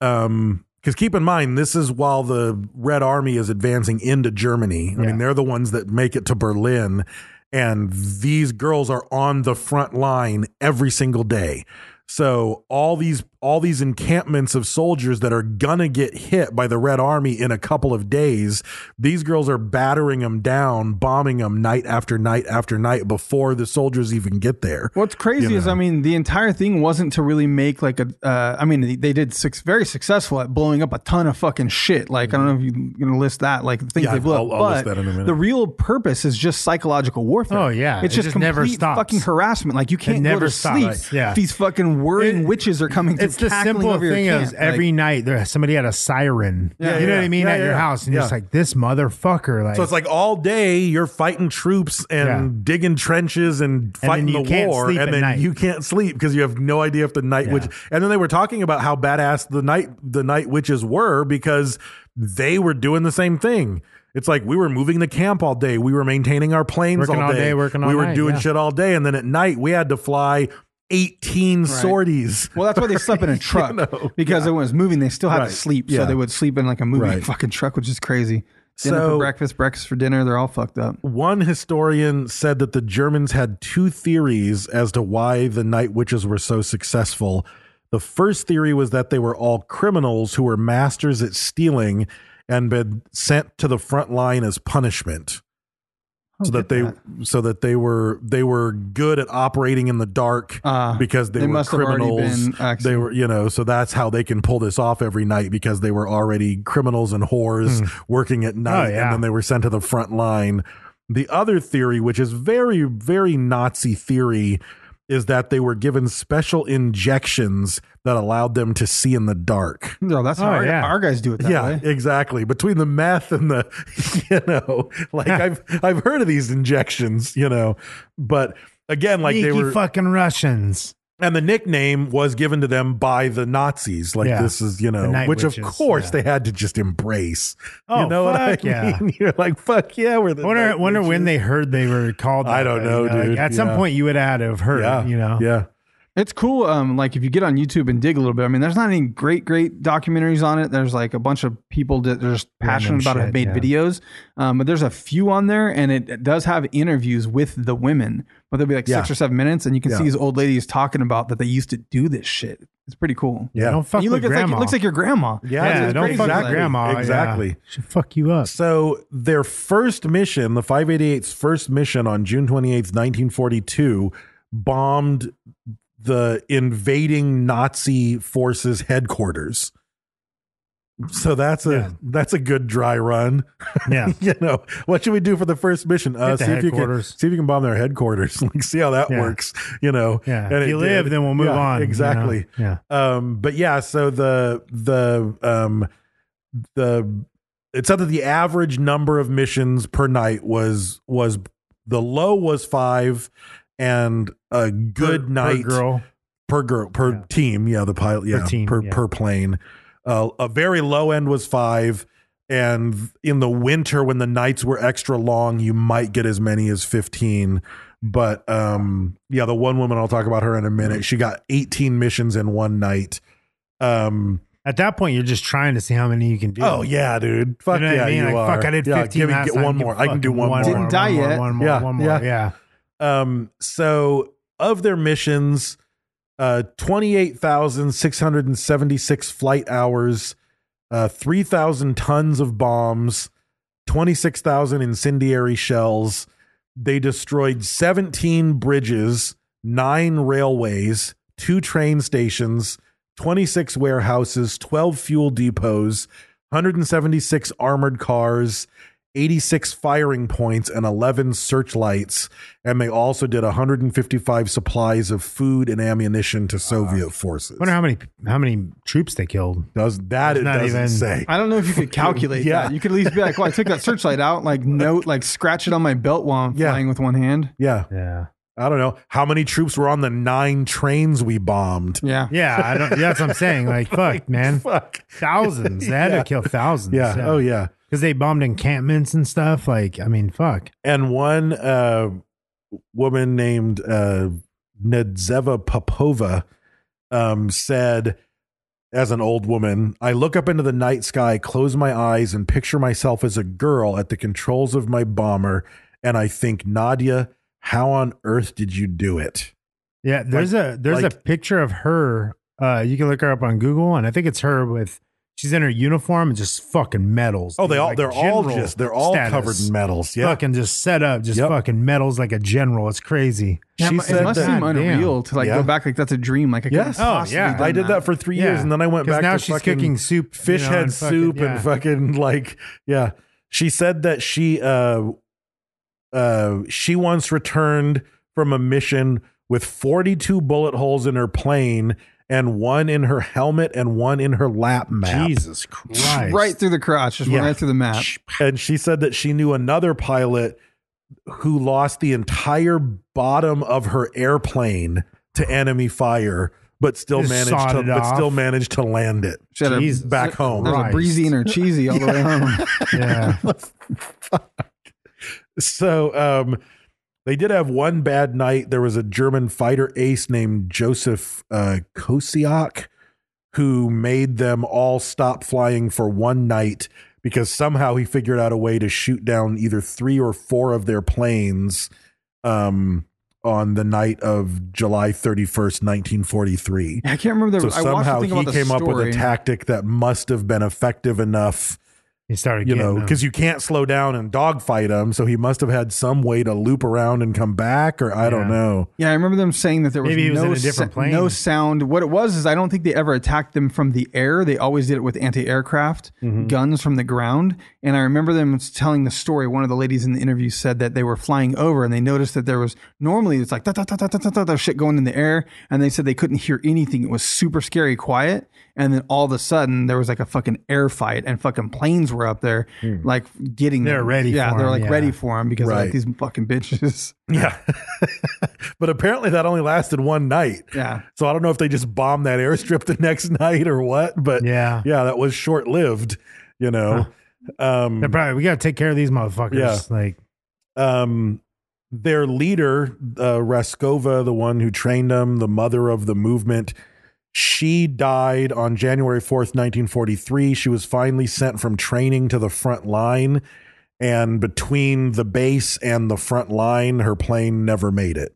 Um, because keep in mind, this is while the Red Army is advancing into Germany. I
Yeah.
mean, they're the ones that make it to Berlin, and these girls are on the front line every single day. So all these all these encampments of soldiers that are gonna get hit by the Red Army in a couple of days, these girls are battering them down, bombing them night after night after night before the soldiers even get there.
What's crazy
You
is,
know.
I mean, the entire thing wasn't to really make like a. Uh, I mean, they, they did six, very successful at blowing up a ton of fucking shit. Like, I don't know if you're gonna list that, like the things
Yeah,
they blew up.
I'll- I'll list
but
that in a minute.
the real purpose is just psychological warfare.
Oh, yeah.
it's
It
just,
just never
complete
stops.
fucking harassment. Like you can't go
never
to
stops.
sleep.
Right. Yeah.
these fucking whirring
It-
witches are coming.
It's
through
the
cackling
simple
over your
thing
camp.
is every
Like,
night there somebody had a siren.
Yeah,
you know what
yeah,
I mean
yeah,
at your
yeah.
house, and you're just
Yeah.
like this motherfucker. Like,
So it's like all day you're fighting troops and
Yeah.
digging trenches and fighting
you
the
can't
war,
sleep
and
at
then
night.
you can't sleep because you have no idea if the night
Yeah.
witch. And then they were talking about how badass the night the night witches were because they were doing the same thing. It's like we were moving the camp all day. We were maintaining our planes
Working all day, working all
we were
night,
doing
yeah.
shit all day, and then at night we had to fly eighteen sorties.
Well, that's why they slept in a truck because when it was moving, they still had
Right.
to sleep.
Yeah.
So they would sleep in like a moving
Right.
fucking truck, which is crazy. Dinner
So-
for breakfast, breakfast for dinner. They're all fucked up.
One historian said that the Germans had two theories as to why the night witches were so successful. The first theory was that they were all criminals who were masters at stealing and been sent to the front line as punishment. so that they so that they were they were good at operating in the dark
Ah,
because they,
they
were
must have already
criminals.
been acting.
they were you know so that's how they can pull this off every night because they were already criminals and whores
Hmm.
working at night
yeah.
and then they were sent to the front line. The other theory, which is very very Nazi theory, is that they were given special injections that allowed them to see in the dark.
No, that's how
Oh,
our,
yeah.
our guys do it that
yeah,
way.
exactly. Between the meth and the, you know, like I've I've heard of these injections, you know, but again, like they
Sneaky
were,
fucking Russians.
and the nickname was given to them by the Nazis. Like
Yeah.
this is, you know,
The Night
which of
Witches,
course
yeah.
they had to just embrace.
Oh,
you know what I
fuck yeah.
mean? You're like, fuck yeah, we're the.
I wonder,
Night
wonder when
Witches.
they heard they were called.
I
that
don't
way,
know,
you like,
dude.
at some
Yeah.
point, you would add to have heard.
yeah,
You know.
yeah.
It's cool. Um, like if you get on YouTube and dig a little bit, I mean, there's not any great, great documentaries on it. There's like a bunch of people that are just passionate about it, have made
shit, yeah.
videos. Um, but there's a few on there, and it, it does have interviews with the women, but they'll be like six
Yeah.
or seven minutes, and you can
Yeah.
see these old ladies talking about that they used to do this shit. It's pretty cool.
Yeah.
Don't fuck
you look,
with
it's like,
grandma.
it looks like your grandma.
Yeah,
Yeah,
it's
don't
crazy.
fuck with
Exactly.
grandma. yeah.
Exactly.
She'll fuck you up.
So their first mission, the 588's first mission on June 28th, 1942, bombed the invading Nazi forces headquarters. So that's a
Yeah.
that's a good dry run.
Yeah.
you know, what should we do for the first mission? Uh,
Hit the
see if you can
headquarters.
see if you can bomb their headquarters. like see how that
Yeah.
works. You know,
Yeah.
And
if
it
you live,
did.
then we'll move
Yeah,
on. you know?
Exactly
Yeah.
um but yeah so the the um the it said that the average number of missions per night was was the low was five and a good
Per- per
night
girl.
per girl per
Yeah.
team yeah the pilot yeah per
team,
per,
yeah.
plane uh, a very low end was five and in the winter when the nights were extra long you might get as many as 15 but um yeah the one woman i'll talk about her in a minute she got 18 missions in one night um
At that point, you're just trying to see how many you can do.
oh yeah dude fuck
you know what
yeah
I mean?
you
like,
are
Fuck, I did
yeah,
15
give me-
last
get
night.
one
Give
more i can do
fucking
one, more
Didn't
one
die
more,
yet.
One more,
Yeah,
one more.
yeah.
Yeah.
Um, so of their missions, uh, 28,676 flight hours, uh, 3,000 tons of bombs, 26,000 incendiary shells. They destroyed 17 bridges, nine railways, two train stations, 26 warehouses, 12 fuel depots, 176 armored cars, 86 firing points, and 11 searchlights. And they also did 155 supplies of food and ammunition to Soviet forces.
Wonder how many how many troops they killed.
does that?
It's
It
not
doesn't
even-
say.
I don't know if you could calculate
Yeah.
that. You could at least be like, well, I took that searchlight out, like note, like scratch it on my belt while I'm
Yeah.
flying with one hand.
yeah,
Yeah.
I don't know how many troops were on the nine trains we bombed.
Yeah.
Yeah. I don't, that's what I'm saying. Like, fuck, man.
Fuck.
Thousands. They had
Yeah.
to kill thousands.
Yeah. Oh yeah.
Because they bombed encampments and stuff. Like, I mean, fuck.
and one uh, woman named uh, Nedzeva Popova um, said, as an old woman, I look up into the night sky, close my eyes, and picture myself as a girl at the controls of my bomber, and I think, Nadia, how on earth did you do it?
Yeah, there's a there's a
like-
picture of her. Uh, you can look her up on Google, and I think it's her with she's in her uniform and just fucking medals.
Oh, they
dude,
all
like
they're all
general
just they're all
status.
covered in medals. Yeah,
Fucking just set up, just
Yep.
fucking medals like a general. It's crazy.
Yeah,
She
it mu-
said
it must
that-
seem
God damn.
unreal to like
Yeah.
go back like that's a dream. Like I couldn't
Yes.
Oh,
possibly
yeah.
done
I did that for three years,
Yeah.
and then I went
'Cause
back.
now
to
she's
fucking
cooking soup, you
fish
know,
head
and fucking-
soup,
yeah.
and fucking like yeah. She said that she uh uh she once returned from a mission with forty two bullet holes in her plane and one in her helmet and one in her lap map.
Jesus Christ!
Right through the crotch, just went
Yeah.
right through the map.
And she said that she knew another pilot who lost the entire bottom of her airplane to enemy fire, but still
Just
managed
sawed
to
it
but still
off.
managed to land it.
She had a-
Jesus
back home.
There's a
Christ.
breezy and her cheesy all the way home.
Yeah,
So um, they did have one bad night. There was a German fighter ace named Joseph uh, Kosiak who made them all stop flying for one night because somehow he figured out a way to shoot down either three or four of their planes um, on the night of July 31st, 1943.
I can't remember.
So
The, I watched the
somehow
thing about
he
the
came up with
story.
a tactic that must have been effective enough
He started,
you
getting
know,
them.
because you can't slow down and dogfight him. So he must have had some way to loop around and come back, or I don't
Yeah.
know.
Yeah, I remember them saying that there was,
Maybe he was
no,
in a different
sa-
plane.
no sound. What it was is I don't think they ever attacked them from the air. They always did it with anti-aircraft
Mm-hmm.
guns from the ground. And I remember them telling the story. One of the ladies in the interview said that they were flying over and they noticed that there was normally it's like da da da da da da da, da shit going in the air, and they said they couldn't hear anything. It was super scary, quiet. And then all of a sudden there was like a fucking air fight, and fucking planes were up there, like getting
Hmm. They're
them.
ready
Yeah,
for
they're
'em,
like
yeah.
ready for them because
Right.
like these fucking bitches.
Yeah. but apparently that only lasted one night.
Yeah.
So I don't know if they just bombed that airstrip the next night or what, but
Yeah.
yeah, that was short lived, you know. Um,
They're probably, we got to take care of these motherfuckers.
Yeah.
Like,
um, their leader, uh, Raskova, the one who trained them, the mother of the movement, she died on January 4th, 1943. She was finally sent from training to the front line. And between the base and the front line, her plane never made it.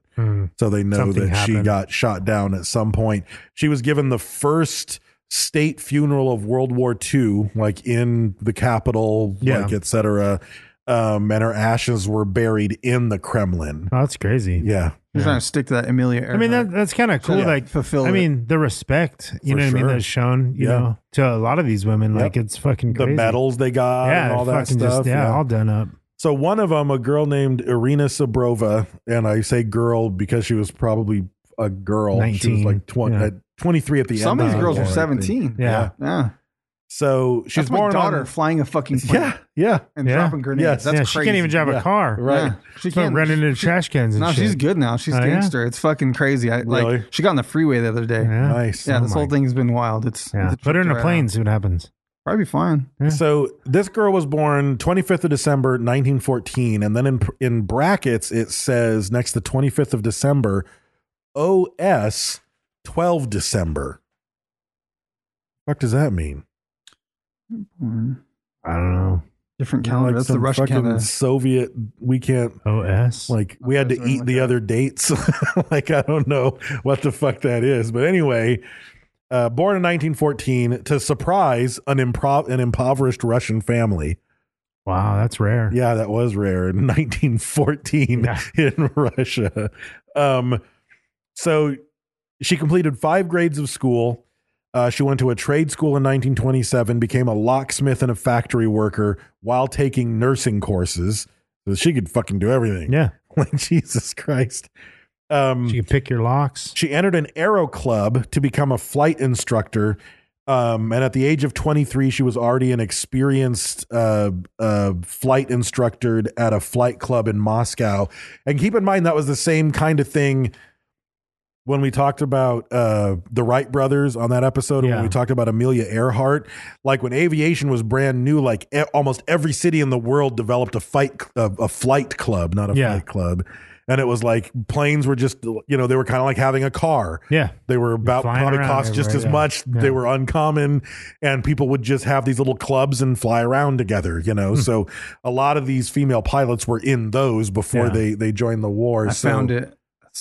So they know
Hmm. Something
that she
happened.
got shot down at some point. She was given the first state funeral of World War II, like in the Capitol,
Yeah.
like et cetera. Um, and her ashes were buried in the Kremlin.
oh, that's crazy.
Yeah.
They're trying to stick to that Amelia.
I mean, that,
Earhart.
that's kind of cool.
Yeah.
Like,
Fulfill
I
it.
mean, the respect, you
For
know what I mean,
sure.
that's shown, you
Yeah.
know, to a lot of these women. Like,
Yep.
it's fucking
The
crazy.
medals they got
Yeah.
and all that
fucking
stuff.
Just, yeah, All done up.
So one of them, a girl named Irina Sabrova, and I say girl because she was probably a girl. She was
19,
like 20,
yeah.
uh, 23 at the end.
some of these
the
girls
war,
are
I think.
17.
Yeah.
Yeah.
So she's
That's my
born
daughter
on,
flying a fucking plane
Yeah, yeah.
and
Yeah.
dropping grenades.
Yes.
That's
yeah.
crazy.
She can't even drive
Yeah.
a car.
Right.
Yeah.
She
She
can't run into trash cans and
No,
shit.
she's good now. She's
Oh, yeah?
gangster. It's fucking crazy. I
Really?
like she got on the freeway the other day. Yeah,
Yeah.
Nice. Oh
this whole thing's been wild. It's
Yeah.
it's
Put her in a
right
plane,
now.
see what happens.
Probably fine.
So this girl was born 25th of December 1914 and then in in brackets it says next to 25th of December OS 12 December. Fuck does that mean?
I don't know.
Different calendar. That's the
some
Russian
fucking
calendar.
Soviet we can't
OS.
like we had to
something
eat
like
the
that.
other dates. like I don't know what the fuck that is, but anyway, uh, born in 1914 to surprise an improv an impoverished Russian family.
wow, that's rare.
Yeah, that was rare in 1914
Yeah.
in Russia. Um, so she completed five grades of school. Uh, she went to a trade school in 1927, became a locksmith and a factory worker while taking nursing courses. So she could fucking do everything.
Yeah.
Like, Jesus Christ. Um,
She can pick your locks.
she entered an aero club to become a flight instructor. Um, and at the age of 23, she was already an experienced uh, uh, flight instructor at a flight club in Moscow. And keep in mind, that was the same kind of thing when we talked about uh, the Wright brothers on that episode, and
Yeah.
when we talked about Amelia Earhart. Like when aviation was brand new, like e- almost every city in the world developed a fight, a, a flight club, not a
Yeah.
flight club. And it was like planes were just, you know, they were kind of like having a car.
Yeah.
They were about
flying
probably
around
cost just as
everywhere, yeah.
much. They
Yeah.
were uncommon, and people would just have these little clubs and fly around together. You
Hmm.
know, so a lot of these female pilots were in those before
Yeah.
they they joined the war.
I
so,
found it. It's-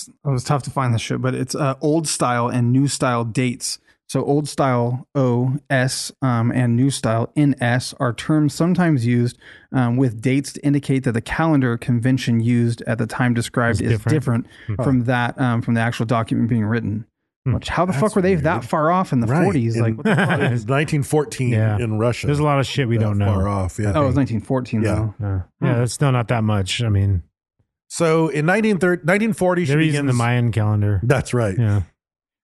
It was tough to find this shit, but it's uh, old style and new style dates. So old style O S um, and new style N S are terms sometimes used um, with dates to indicate that the calendar convention used at the time described
Is
is
different.
different,
Hmm.
from that um, from the actual document being written. Which how the fuck were they that far off in the
Right.
40s?
In-
like what the fuck?
It was 1914
Yeah.
in Russia.
There's a lot of shit we
That
don't know.
Far off, Hmm. yeah.
oh, it was 1914
Yeah.
though.
Uh, yeah, that's still not that much. I mean,
so in 1930, 1940, she
they're using
begins.
the Mayan calendar.
that's right.
Yeah.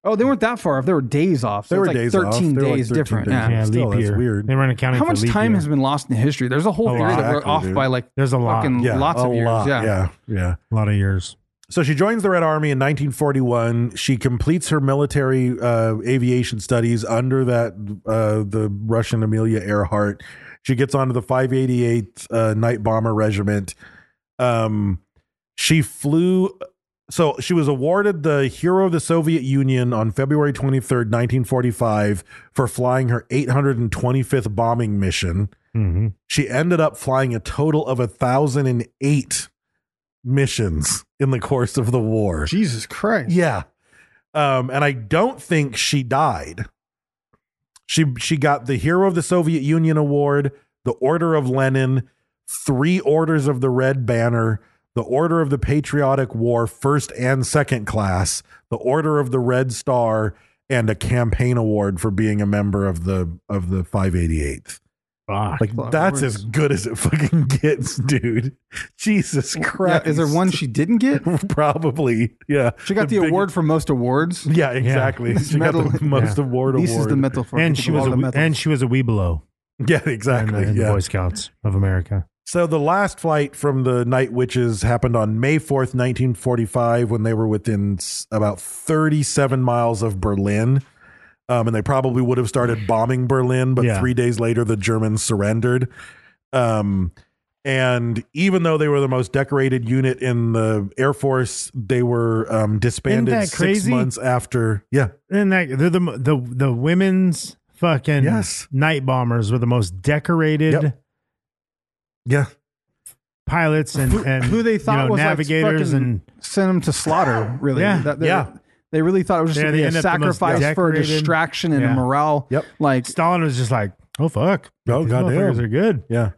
Oh, they weren't that far off. There were days off. So
There
it's
were
like
days
13
off. There were like
days
13
different.
days.
Yeah.
Yeah,
Still,
leap
that's
year.
weird.
They weren't accounting
How
for
much
leap
time
year.
has been lost in history? There's a whole
A
theory
lot,
that we're
actually,
off
dude.
by like
There's a lot.
fucking
Yeah,
lots
a
of years.
lot.
yeah.
yeah, yeah.
a lot of years.
So she joins the Red Army in 1941. She completes her military uh, aviation studies under that uh, the Russian Amelia Earhart. She gets onto the 588th uh, Night Bomber Regiment. Um, she flew. So she was awarded the Hero of the Soviet Union on February 23rd, 1945, for flying her 825th bombing mission.
Mm-hmm.
She ended up flying a total of 1,008 missions in the course of the war.
Jesus Christ.
Yeah. Um, and I don't think she died. She she got the Hero of the Soviet Union Award, the Order of Lenin, three orders of the Red Banner, the Order of the Patriotic War, first and second class, the Order of the Red Star, and a campaign award for being a member of the of the 588th.
Fuck.
Like
Fuck,
that's
words.
as good as it fucking gets, dude. Jesus
Yeah,
Christ!
is there one she didn't get?
Probably, yeah.
She got the,
big-
award for most awards.
Yeah, exactly. She
Medal-
got the most
yeah.
award
This
award.
is the medal for
and she was
all
a
the
wee-
medals.
and she was a Weeblo
Yeah,
in, the,
exactly.
in the
yeah.
Boy Scouts of America.
So the last flight from the Night Witches happened on May 4th, 1945, when they were within s- about 37 miles of Berlin. Um, and they probably would have started bombing Berlin, but
Yeah.
three days later, the Germans surrendered. Um, and even though they were the most decorated unit in the Air Force, they were um, disbanded
that
six
crazy?
months after. Yeah.
And that they're the mo- the the women's fucking
Yes.
night bombers were the most decorated
Yep. Yeah.
pilots and,
who,
and
who they
you
thought
know,
was
navigators
like,
and
fucking sent them to slaughter. Really?
Yeah.
they-
Yeah.
They really thought it was just
Yeah,
gonna
they
be a
end up the most
sacrifice for a
decorated.
distraction and
Yeah.
a morale.
Yep.
Like
Stalin was just like, oh fuck,
Oh,
These
goddamn.
motherfuckers are good.
Yeah.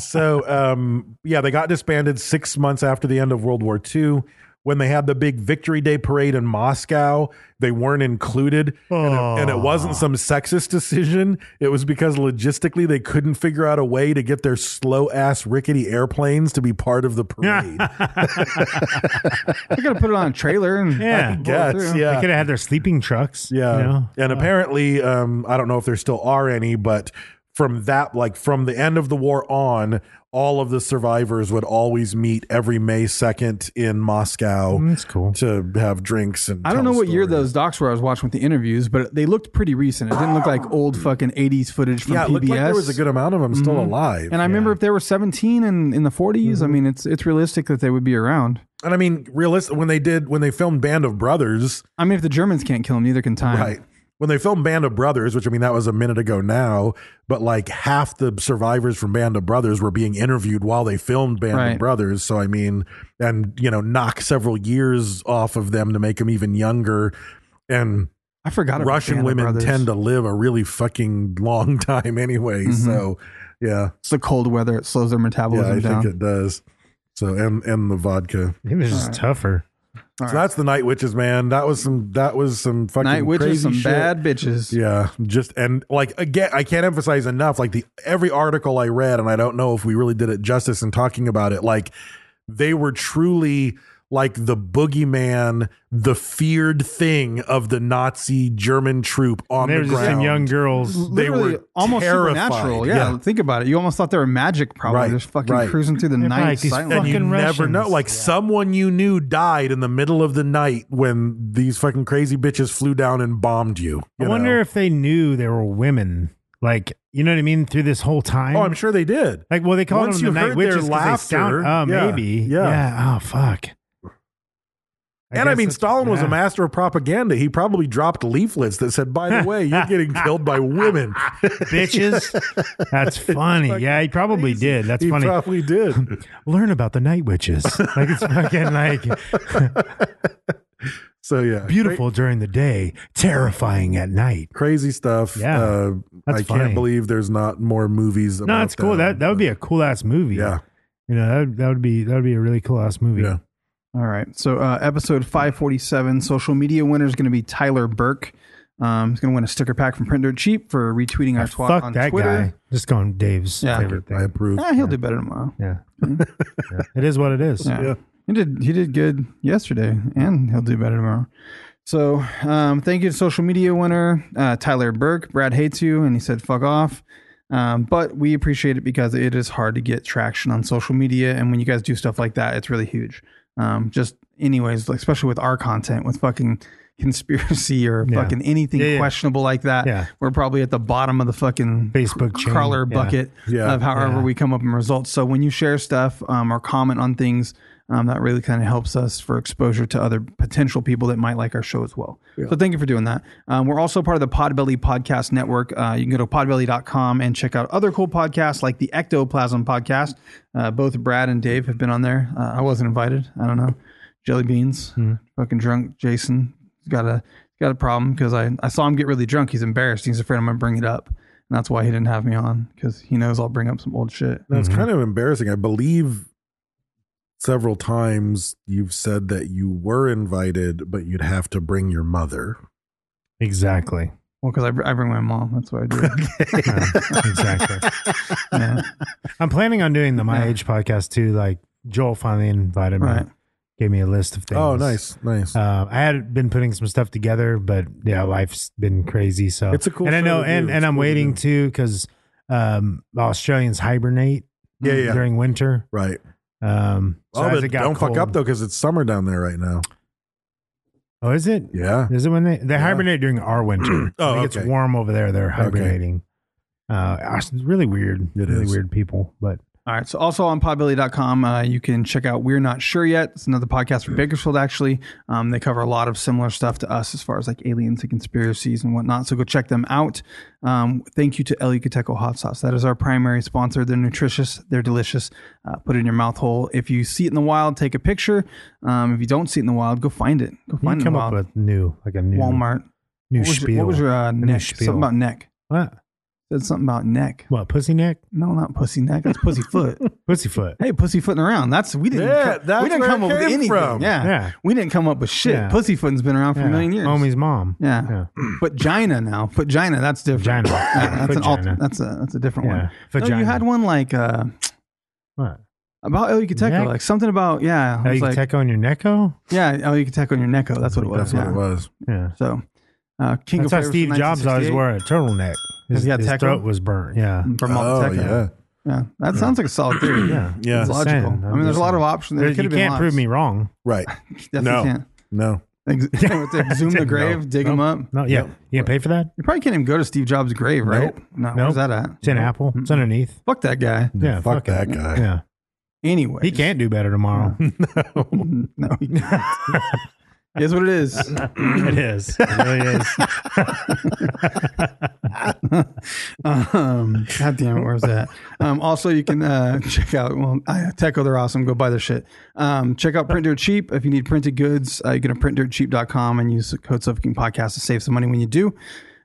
so, um, yeah, they got disbanded six months after the end of World War II. When they had the big Victory Day parade in Moscow, they weren't included. And, it, and it wasn't some sexist decision. It was because logistically they couldn't figure out a way to get their slow ass rickety airplanes to be part of the parade.
they could have put it on a trailer and
Yeah.
pull it
Yes,
through.
yeah.
They could have had their sleeping trucks.
Yeah.
you know?
And apparently, um, I don't know if there still are any, but from that, like from the end of the war on, all of the survivors would always meet every May 2nd in Moscow
Mm, that's cool.
to have drinks and
I don't know
tell
what year
stories.
those docs were. I was watching with the interviews, but they looked pretty recent. It didn't look like old fucking '80s footage from
Yeah, it
PBS.
looked like there was a good amount of them still alive.
Mm-hmm. and I remember if they were 17 and in the 40s,
Mm-hmm.
I mean, it's it's realistic that they would be around.
And I mean, realistic when they did when they filmed Band of Brothers,
I mean, if the Germans can't kill them, neither can time.
right? When they filmed Band of Brothers, which I mean that was a minute ago now, but like half the survivors from Band of Brothers were being interviewed while they filmed Band of
Right.
Brothers. So I mean, and you know, knock several years off of them to make them even younger. And
I forgot. about Band
Russian
of
women
Brothers.
tend to live a really fucking long time anyway. So yeah,
It's the cold weather; it Mm-hmm. slows their
yeah,
metabolism
I
down.
think it does. So and and the vodka.
It was just tougher.
So that's the night witches, man. That was some. That was some fucking
Night witches,
crazy
some
shit.
bad bitches.
Yeah, just and like again, I can't emphasize enough. Like the every article I read, and I don't know if we really did it justice in talking about it. Like they were truly like the boogeyman, the feared thing of the Nazi German troop on
they were
the
just some
ground.
young girls.
They
Literally
were
almost
terrified.
supernatural. Yeah, think about it. You almost thought they were magic. Probably
Right,
they're just fucking
right. Mm-hmm.
cruising through the
They're
night.
like these
silently.
and you
Fucking
never know.
Russians.
Like
Yeah.
someone you knew died in the middle of the night when these fucking crazy bitches flew down and bombed you.
I
you
wonder
know?
if they knew there were women. Like, you know what I mean? Through this whole time.
Oh, I'm sure they did.
Like, well, they called
Once
them the
you
night
heard their
witches 'cause they sound.
laughter,
Oh,
yeah,
maybe.
yeah.
Oh, fuck. I
and I
guess
mean,
that's-
Stalin was a
yeah.
master of propaganda. He probably dropped leaflets that said, "By the way, you're getting killed by women."
bitches. That's funny. Yeah, he probably did. That's
he
funny.
probably did.
Learn about the night witches. Like it's fucking like
So yeah,
beautiful during the day, terrifying at night.
Cra- crazy stuff.
Yeah.
uh,
That's
I
funny.
can't believe there's not more movies. About
No, that's cool. That that would be a cool ass movie.
yeah,
You know, that, that would be that would be a really cool ass movie. Ah,
yeah.
All right. So uh, episode 547, social media winner is going to be Tyler Burke. Um, he's going to win a sticker pack from Printer Cheap for retweeting our twat
Ah, Fuck
on
that
Twitter.
guy. Just going Dave's
Yeah.
favorite
I
thing.
approve.
Eh, he'll do better tomorrow.
Yeah. Yeah. It is what it is.
Yeah. He did he did good yesterday and he'll do better tomorrow. So um, thank you to social media winner uh, Tyler Burke. Brad hates you and he said fuck off. Um, but we appreciate it because it is hard to get traction on social media and when you guys do stuff like that, it's really huge. Um, just anyways, like, especially with our content with fucking conspiracy or
Yeah.
fucking anything
Yeah, yeah.
questionable like that.
Yeah.
We're probably at the bottom of the fucking
Facebook
cr-
chain.
crawler
Yeah.
bucket
Yeah.
of however
Yeah.
we come up in results. So when you share stuff um, or comment on things, um, that really kind of helps us for exposure to other potential people that might like our show as well. So thank you for doing that. Um, we're also part of the Podbelly Podcast Network. Uh, you can go to podbelly.com and check out other cool podcasts like the Ectoplasm Podcast. Uh, both Brad and Dave have been on there. Uh, I wasn't invited. I don't know. Jelly Beans, fucking drunk Jason. He's got a got a problem because I, I saw him get really drunk. He's embarrassed. He's afraid I'm going to bring it up. And that's why he didn't have me on because he knows I'll bring up some old shit.
Now,
Mm-hmm.
it's kind of embarrassing. I believe several times you've said that you were invited, but you'd have to bring your mother.
Exactly.
Well, because I, br- I bring my mom. That's what I do.
Yeah, exactly.
Yeah.
I'm planning on doing the My
Yeah.
Age podcast too. Like Joel finally invited me,
Right.
gave me a list of things.
Oh, nice, nice.
Uh, I had been putting some stuff together, but yeah, life's been crazy. So
It's a cool
And I
show
know,
to do.
and,
It's
and I'm
cool to
waiting
do.
too because um, Australians hibernate
Yeah, yeah.
during winter.
right.
Um, so
oh,
as
but
it got
don't fuck
cold-
up though, because it's summer down there right now.
Oh, is it?
Yeah.
Is it when they they hibernate during our winter?
Oh,
When it gets
okay.
warm over there. They're hibernating. Uh, it's really weird.
It
really
is.
weird people, but
All right. So also on podbilly.com, uh, you can check out We're Not Sure Yet. It's another podcast from Bakersfield, actually. Um, they cover a lot of similar stuff to us as far as like aliens and conspiracies and whatnot. So go check them out. Um, thank you to El Yucateco Hot Sauce. That is our primary sponsor. They're nutritious. They're delicious. Uh, put it in your mouth hole. If you see it in the wild, take a picture. Um, if you don't see it in the wild, go find it.
you
Go find it in
come
the
up
wild.
with new like a new
Walmart.
new
what was
spiel.
your, what was your uh,
A new
neck?
spiel.
Something about neck.
what?
Said something about neck.
What pussy neck?
No, not pussy neck. That's pussy foot.
Pussy foot.
Hey, pussyfooting around. That's we didn't.
Yeah,
co-
that's
we didn't
where
come
it
up with
came
anything.
from.
Yeah.
Yeah.
we didn't come up with shit.
Yeah.
Pussyfooting's been around for a million years.
Homie's mom.
Yeah. but Gina now, vagina. That's different.
Vagina.
Yeah, that's an alt-
Vagina.
That's a that's a different
Yeah.
one. No,
Vagina.
you had one like uh,
What?
about El Yucateco,
Neck?
like something about
Oh,
yeah. it
you
was
can
like,
take on your necko?
yeah, El Yucateco on your necko. That's what it was.
That's
yeah.
what it was.
Yeah.
So, uh, King
That's
of
how
Flavors
Steve
from
Jobs always
1968
wore a turtleneck. His,
he had
his
Tekka?
throat was burnt. Yeah.
from
Oh
Malteca.
yeah.
Yeah, that sounds like a solid theory.
Yeah.
Yeah.
Just
It's logical.
saying.
I mean, there's a lot of options. There
There- you
could have been
can't prove
lots.
me wrong.
Right.
Definitely
No.
can't.
No.
Ex- exhume the grave, dig them up.
No, yeah. You can pay for that?
You probably can't even go to Steve Jobs' grave, right? No, where's
Nope.
that at?
It's in Apple. It's underneath.
Fuck that guy.
Yeah.
Fuck,
it.
that guy.
Yeah.
Anyway,
He can't do better tomorrow.
No, he can't. it is what it is.
it is. It really is.
Um, God damn it, where's that? Um, also, you can uh, check out well, I, Techo. They're awesome. Go buy their shit. Um, check out Print Dirt Cheap if you need printed goods. Uh, you go to printdirtcheap.com and use the code Suffocating Podcast to save some money when you do.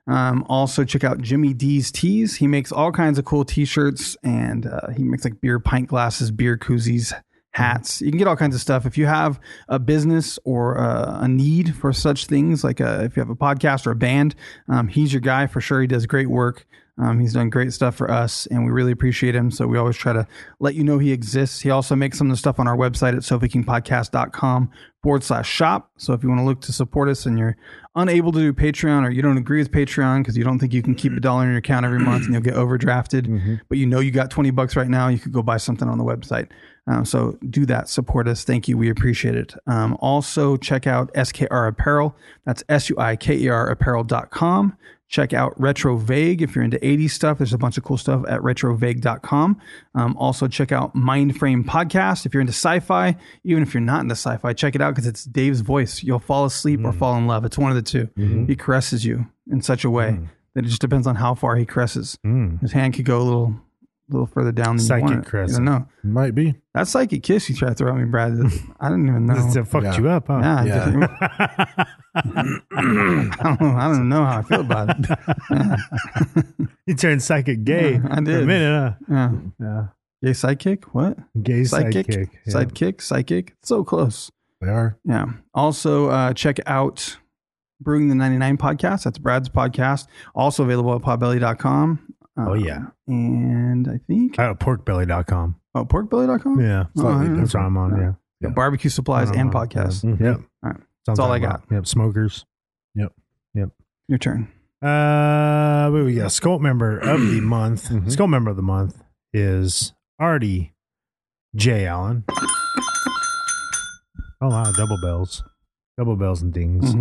Um, also, check out Jimmy D's Tees. He makes all kinds of cool T-shirts and uh, he makes like beer pint glasses, beer koozies, hats. You can get all kinds of stuff. If you have a business or uh, a need for such things, like uh if you have a podcast or a band, um, he's your guy for sure. He does great work. Um, he's done great stuff for us, and we really appreciate him. So we always try to let you know he exists. He also makes some of the stuff on our website at sophiekingpodcast.com forward slash shop. So if you want to look to support us and you're unable to do Patreon or you don't agree with Patreon because you don't think you can keep a dollar in your account every month and you'll get overdrafted, but you know you got 20 bucks right now, you could go buy something on the website. Um, so do that. Support us. Thank you. We appreciate it. Um, also, check out SKR Apparel. That's S U I K E R apparel.com. Check out Retro Vague if you're into 80s stuff. There's a bunch of cool stuff at retrovague.com. Um, also, check out Mindframe Podcast if you're into sci fi. Even if you're not into sci fi, check it out because it's Dave's voice. You'll fall asleep
Mm.
or fall in love. It's one of the 2
Mm-hmm.
He caresses you in such a way
Mm.
that it just depends on how far he caresses. His hand could go a little. little further down than
Psychic
you want it.
caressing.
You don't know.
Might be.
That psychic kiss you tried to throw at me, Brad. I didn't even know.
It fucked you up, huh?
yeah, I
Yeah.
didn't- I, don't, I don't know how I feel about it.
You turned psychic gay.
Yeah, I
For a
did.
minute, huh?
Yeah.
Yeah.
Gay sidekick? What?
Gay
Psychic?
sidekick. Yeah.
Sidekick? Psychic? So close.
They are.
Yeah. Also, uh, check out Brewing the 99 podcast. That's Brad's podcast. Also available at podbelly.com. Uh,
Oh, yeah.
And I think,
Oh, porkbelly.com.
oh, porkbelly.com?
Yeah.
Slightly
That's what I'm on. Yeah.
Yeah, Barbecue supplies and podcasts.
Yep.
All right.
That's
all I got.
Yep. Smokers.
Your turn.
Uh, what we got? Skull member of the month.
Mm-hmm.
Skull member of the month is Artie J. Allen. Oh wow, double bells, double bells and dings.
Mhm.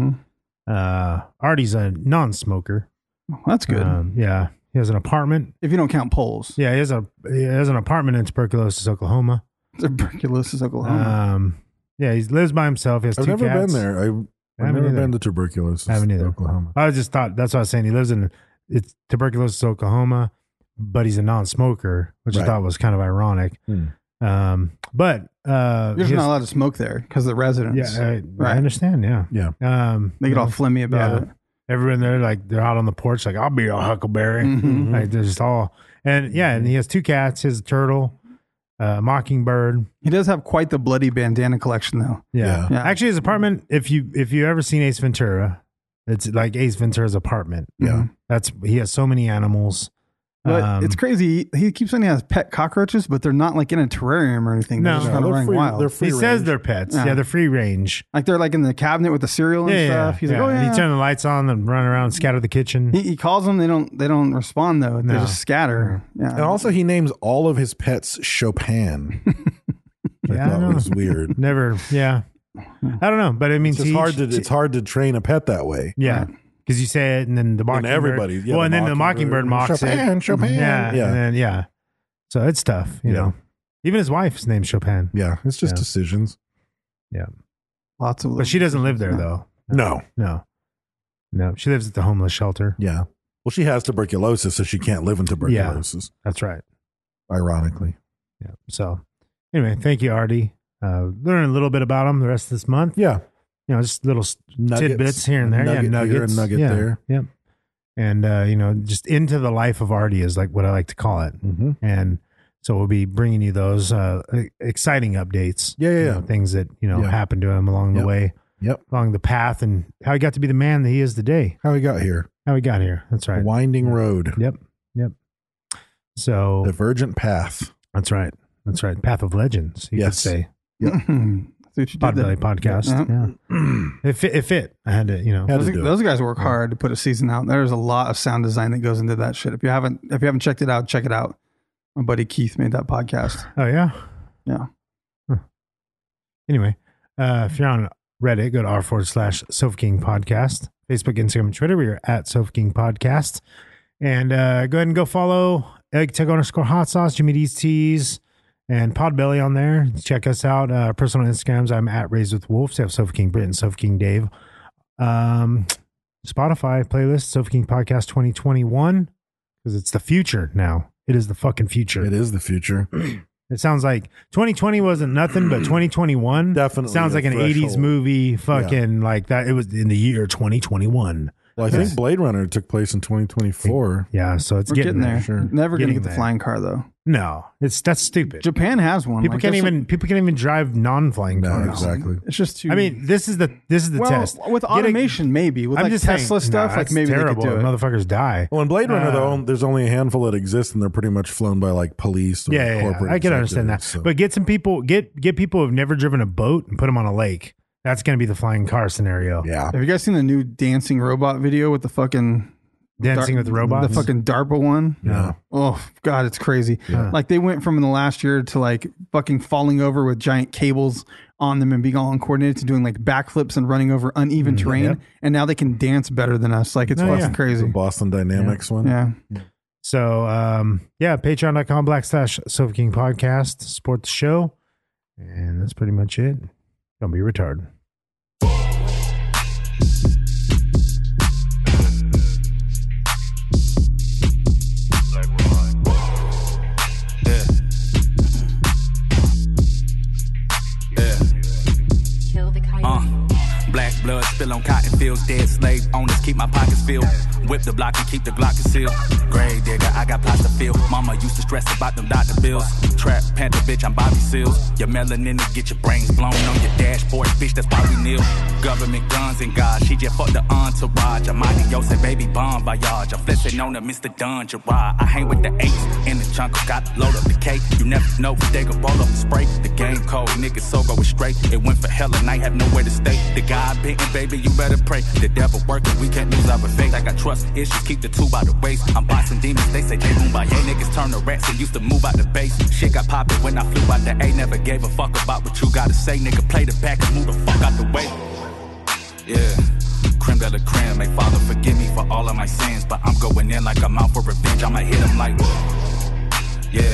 Mm-hmm.
Uh, Artie's a non-smoker.
Well, that's good.
Um, yeah, he has an apartment.
if you don't count polls,
Yeah, he has a he has an apartment in tuberculosis, Oklahoma.
tuberculosis, Oklahoma.
Um, yeah, he lives by himself. He has
I've
two
never
cats.
been there. I, I've
Haven't
never
either.
been to tuberculosis.
I haven't
in
either.
Oklahoma.
I just thought that's what I was saying. He lives in it's tuberculosis, Oklahoma, but he's a non-smoker, which I
Right.
thought was kind of ironic. Um, but uh,
You're just
he
Hmm. not
has-
allowed to smoke there because the residents.
yeah, I, I
Right.
understand. Yeah,
Yeah.
Um,
They get all flimmy about
yeah.
it.
everyone there like they're out on the porch like I'll be your huckleberry.
Mm-hmm.
Mm-hmm.
Like they're just all and yeah, and he has two cats, his turtle, uh, mockingbird.
He does have quite the bloody bandana collection, though.
Yeah.
Yeah.
Actually, his apartment. If you if you ever seen Ace Ventura, it's like Ace Ventura's apartment.
Yeah.
That's he has so many animals.
But
Um,
it's crazy. He keeps saying he has pet cockroaches, but they're not like in a terrarium or anything.
No.
they're just kind
No,
of
they're
running
free-
wild.
they're free
He says
range.
they're pets.
Yeah.
Yeah, they're free range.
like they're like in the cabinet with the cereal and
yeah,
stuff. He's like, oh
And
yeah.
he turned the lights on and run around, scatter the kitchen.
he, he calls them. They don't. They don't respond though. They
No. Mm.
just scatter. Yeah.
And also, he names all of his pets Chopin. Which
Yeah,
I
I
thought
know.
was weird.
Never. Yeah. I don't know, but I mean,
It's
to
just hard
each-
to it's hard to train a pet that way.
Yeah. Because you say it, and then the mockingbird.
everybody- yeah,
well,
the
and then the
mockingbird.
mockingbird mocks
Chopin,
it.
Chopin.
Yeah,
Yeah.
And then, yeah. So it's tough, you
Yeah.
know. Even his wife's named Chopin.
Yeah, it's just
Yeah.
decisions.
Yeah.
Lots of.
But she doesn't live there,
Yeah.
though.
No.
No. No. She lives at the homeless shelter.
Yeah. Well, she has tuberculosis, so she can't live in tuberculosis.
That's right.
Ironically.
Yeah. So anyway, thank you, Artie. Uh, learning a little bit about him the rest of this month.
Yeah.
You know, just little s-
Nuggets.
tidbits here and there.
Nugget
yeah,
here and
nuggets.
nugget
yeah.
there.
Yep. And, uh, you know, just into the life of Artie is like what I like to call it.
Mm-hmm.
and so we'll be bringing you those uh, exciting updates.
Yeah, yeah,
you
yeah.
know, things that you know
Yeah.
happened to him along
Yep.
the way,
Yep.
along the path, and how he got to be the man that he is today.
How we got here?
How he got here. That's right.
Winding road.
Yep. Yep. So
Divergent path.
that's right. That's right. Path of legends. You
Yes.
could say
See what you did there.
Podbelly podcast.
Yeah.
Uh-huh.
Yeah. It fit, it fit. I had to, you know.
Had to
Those,
do it.
those guys work hard to put a season out. There's a lot of sound design that goes into that shit. If you haven't, if you haven't checked it out, check it out. My buddy Keith made that podcast.
Oh yeah.
Yeah.
Anyway, uh, if you're on Reddit, go to r forward slash Sofa King Podcast. Facebook, Instagram, and Twitter, we are at Sofa King Podcast. And uh, go ahead and go follow Egg Tech underscore Hot Sauce, Jimmy D's Teas, and Podbelly on there. Check us out. Uh, personal Instagrams, I'm at Raised with Wolves. They have Sofa King Brit and Sofa King Dave. Um, Spotify playlist, Sofa King Podcast 2021, because it's the future now. It is the fucking future.
It is the future.
It sounds like 2020 wasn't nothing, but 2021
Definitely
sounds
a
like an
threshold.
80s movie. Fucking like that. It was in the year 2021.
Well, I think Blade Runner took place in 2024.
Yeah, so it's
We're
getting,
getting, there.
sure.
Never
Getting
gonna get the
there.
flying car though.
No, it's that's stupid.
Japan has one.
people
Like,
can't
there's
even
some-
people can't even drive non-flying
No,
cars.
exactly.
It's just too.
I mean, this is the this is the
well,
test
with
Get a-
automation, maybe with
I'm
like
just
Tesla
saying,
stuff,
nah,
like
it's
maybe
terrible.
they could do it.
Motherfuckers die.
Well, in Blade Runner,
Uh,
though, there's only a handful that exist, and they're pretty much flown by like police or
yeah, yeah, yeah.
corporate.
I can understand that.
executives, so-
But get some people get get people who've never driven a boat and put them on a lake. That's going to be the flying car scenario.
yeah,
Have you guys seen the new dancing robot video with the fucking
Dancing
Dar-
with robots.
The fucking DARPA one.
Yeah.
Oh god, it's crazy.
Yeah.
Like they went from in the last year to like fucking falling over with giant cables on them and being all uncoordinated to doing like backflips and running over uneven terrain.
yep.
And now they can dance better than us. Like it's
Oh,
fucking
Mm, yeah.
the
crazy.
Boston Dynamics one.
Yeah.
So um yeah, patreon.com backslash Sofa King Podcast. Support the show. And that's pretty much it. Don't be retarded.
Kill the coyote.
Uh, Black blood spill on cotton fields, dead slave owners keep my pockets filled. Whip the block and keep the Glock concealed. Grave digger, I got plots to fill. Mama used to stress about them doctor bills. Trap panther, bitch, I'm Bobby Seals. Your melanin to get your brains blown on your dashboard, bitch, that's probably nil. Government guns and God, she just fucked the entourage. I'm mighty Yosef, baby, bomb voyage. I'm flexing on the Mr. Don Gerard. I hang with the apes in the chunk, got load up the cake. You never know if they gon' roll up and spray. The game cold, niggas so go straight. It went for hell and I have nowhere to stay. The guy bitten, baby, you better pray. The devil working, we can't lose our faith. I got trust issues, keep the two by the waist. I'm boxing demons, they say they boom by. Yeah, niggas turn to rats and used to move out the base. Shit got poppin' when I flew out the A. Never gave a fuck about what you gotta say. Nigga, play the back and move the fuck out the way. Yeah. Creme de la creme, may Father forgive me for all of my sins, but I'm going in like I'm out for revenge. I might hit him like. Yeah,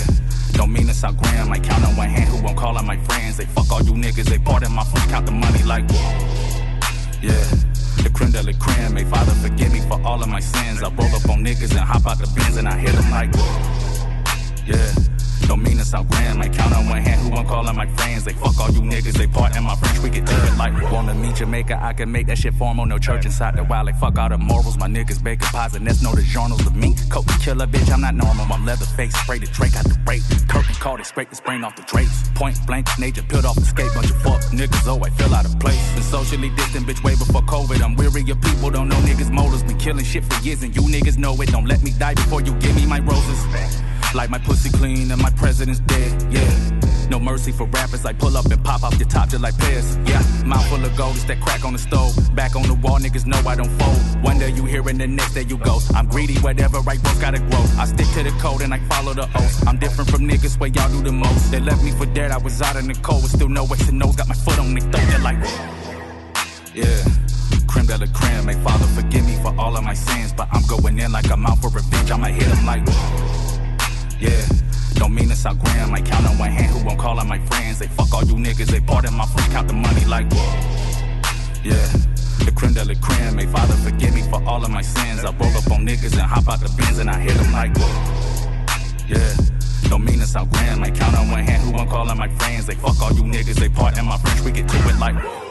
don't mean to sound grand. Like count on one hand who won't call on my friends. They fuck all you niggas. They pardon my friends. Count the money like. Yeah, the creme de la creme. May Father forgive me for all of my sins. I roll up on niggas and hop out the bins and I hit 'em like. Yeah, don't mean to sound grand. Like count on one hand who won't call on my friends. They fuck all you niggas. They pardon my friends. We get through it like. Like, wanna meet Jamaica, I can make that shit formal. No church inside the wild. Like, fuck all the morals. My niggas baking pies, and that's no the journals of me. Coke killer, bitch, I'm not normal. I'm leather face, spray the Drake out the rape. Curtain caught it, scrape the spring off the drapes. Point blank, nature peeled off the skate. Bunch of fuck niggas, oh, I feel out of place. Been socially distant, bitch, way before COVID. I'm weary of people, don't know niggas' motives. Been killing shit for years, and you niggas know it. Don't let me die before you give me my roses. Like my pussy clean and my president's dead, yeah. No mercy for rappers, I pull up and pop off the top just like Pez. Yeah, mouth full of gold, it's that crack on the stove. Back on the wall, niggas know I don't fold. One day you here and the next day you go. I'm greedy, whatever I both gotta grow. I stick to the code and I follow the oath. I'm different from niggas where y'all do the most. They left me for dead, I was out in the cold with still no X and O's. Got my foot on the throat, they're like, yeah. Creme de la creme, may Father forgive me for all of my sins, but I'm going in like I'm out for revenge. I might hit him like, yeah. Don't mean it's out grand. Like count on one hand who I'm calling my friends. They fuck all you niggas. They pardon my friends. Count the money like yeah. The creme de la creme. May Father forgive me for all of my sins. I roll up on niggas and hop out the bins and I hit 'em like yeah. Don't mean it's out grand. Like count on one hand who I'm calling my friends. They fuck all you niggas. They pardon my friends. We get to it like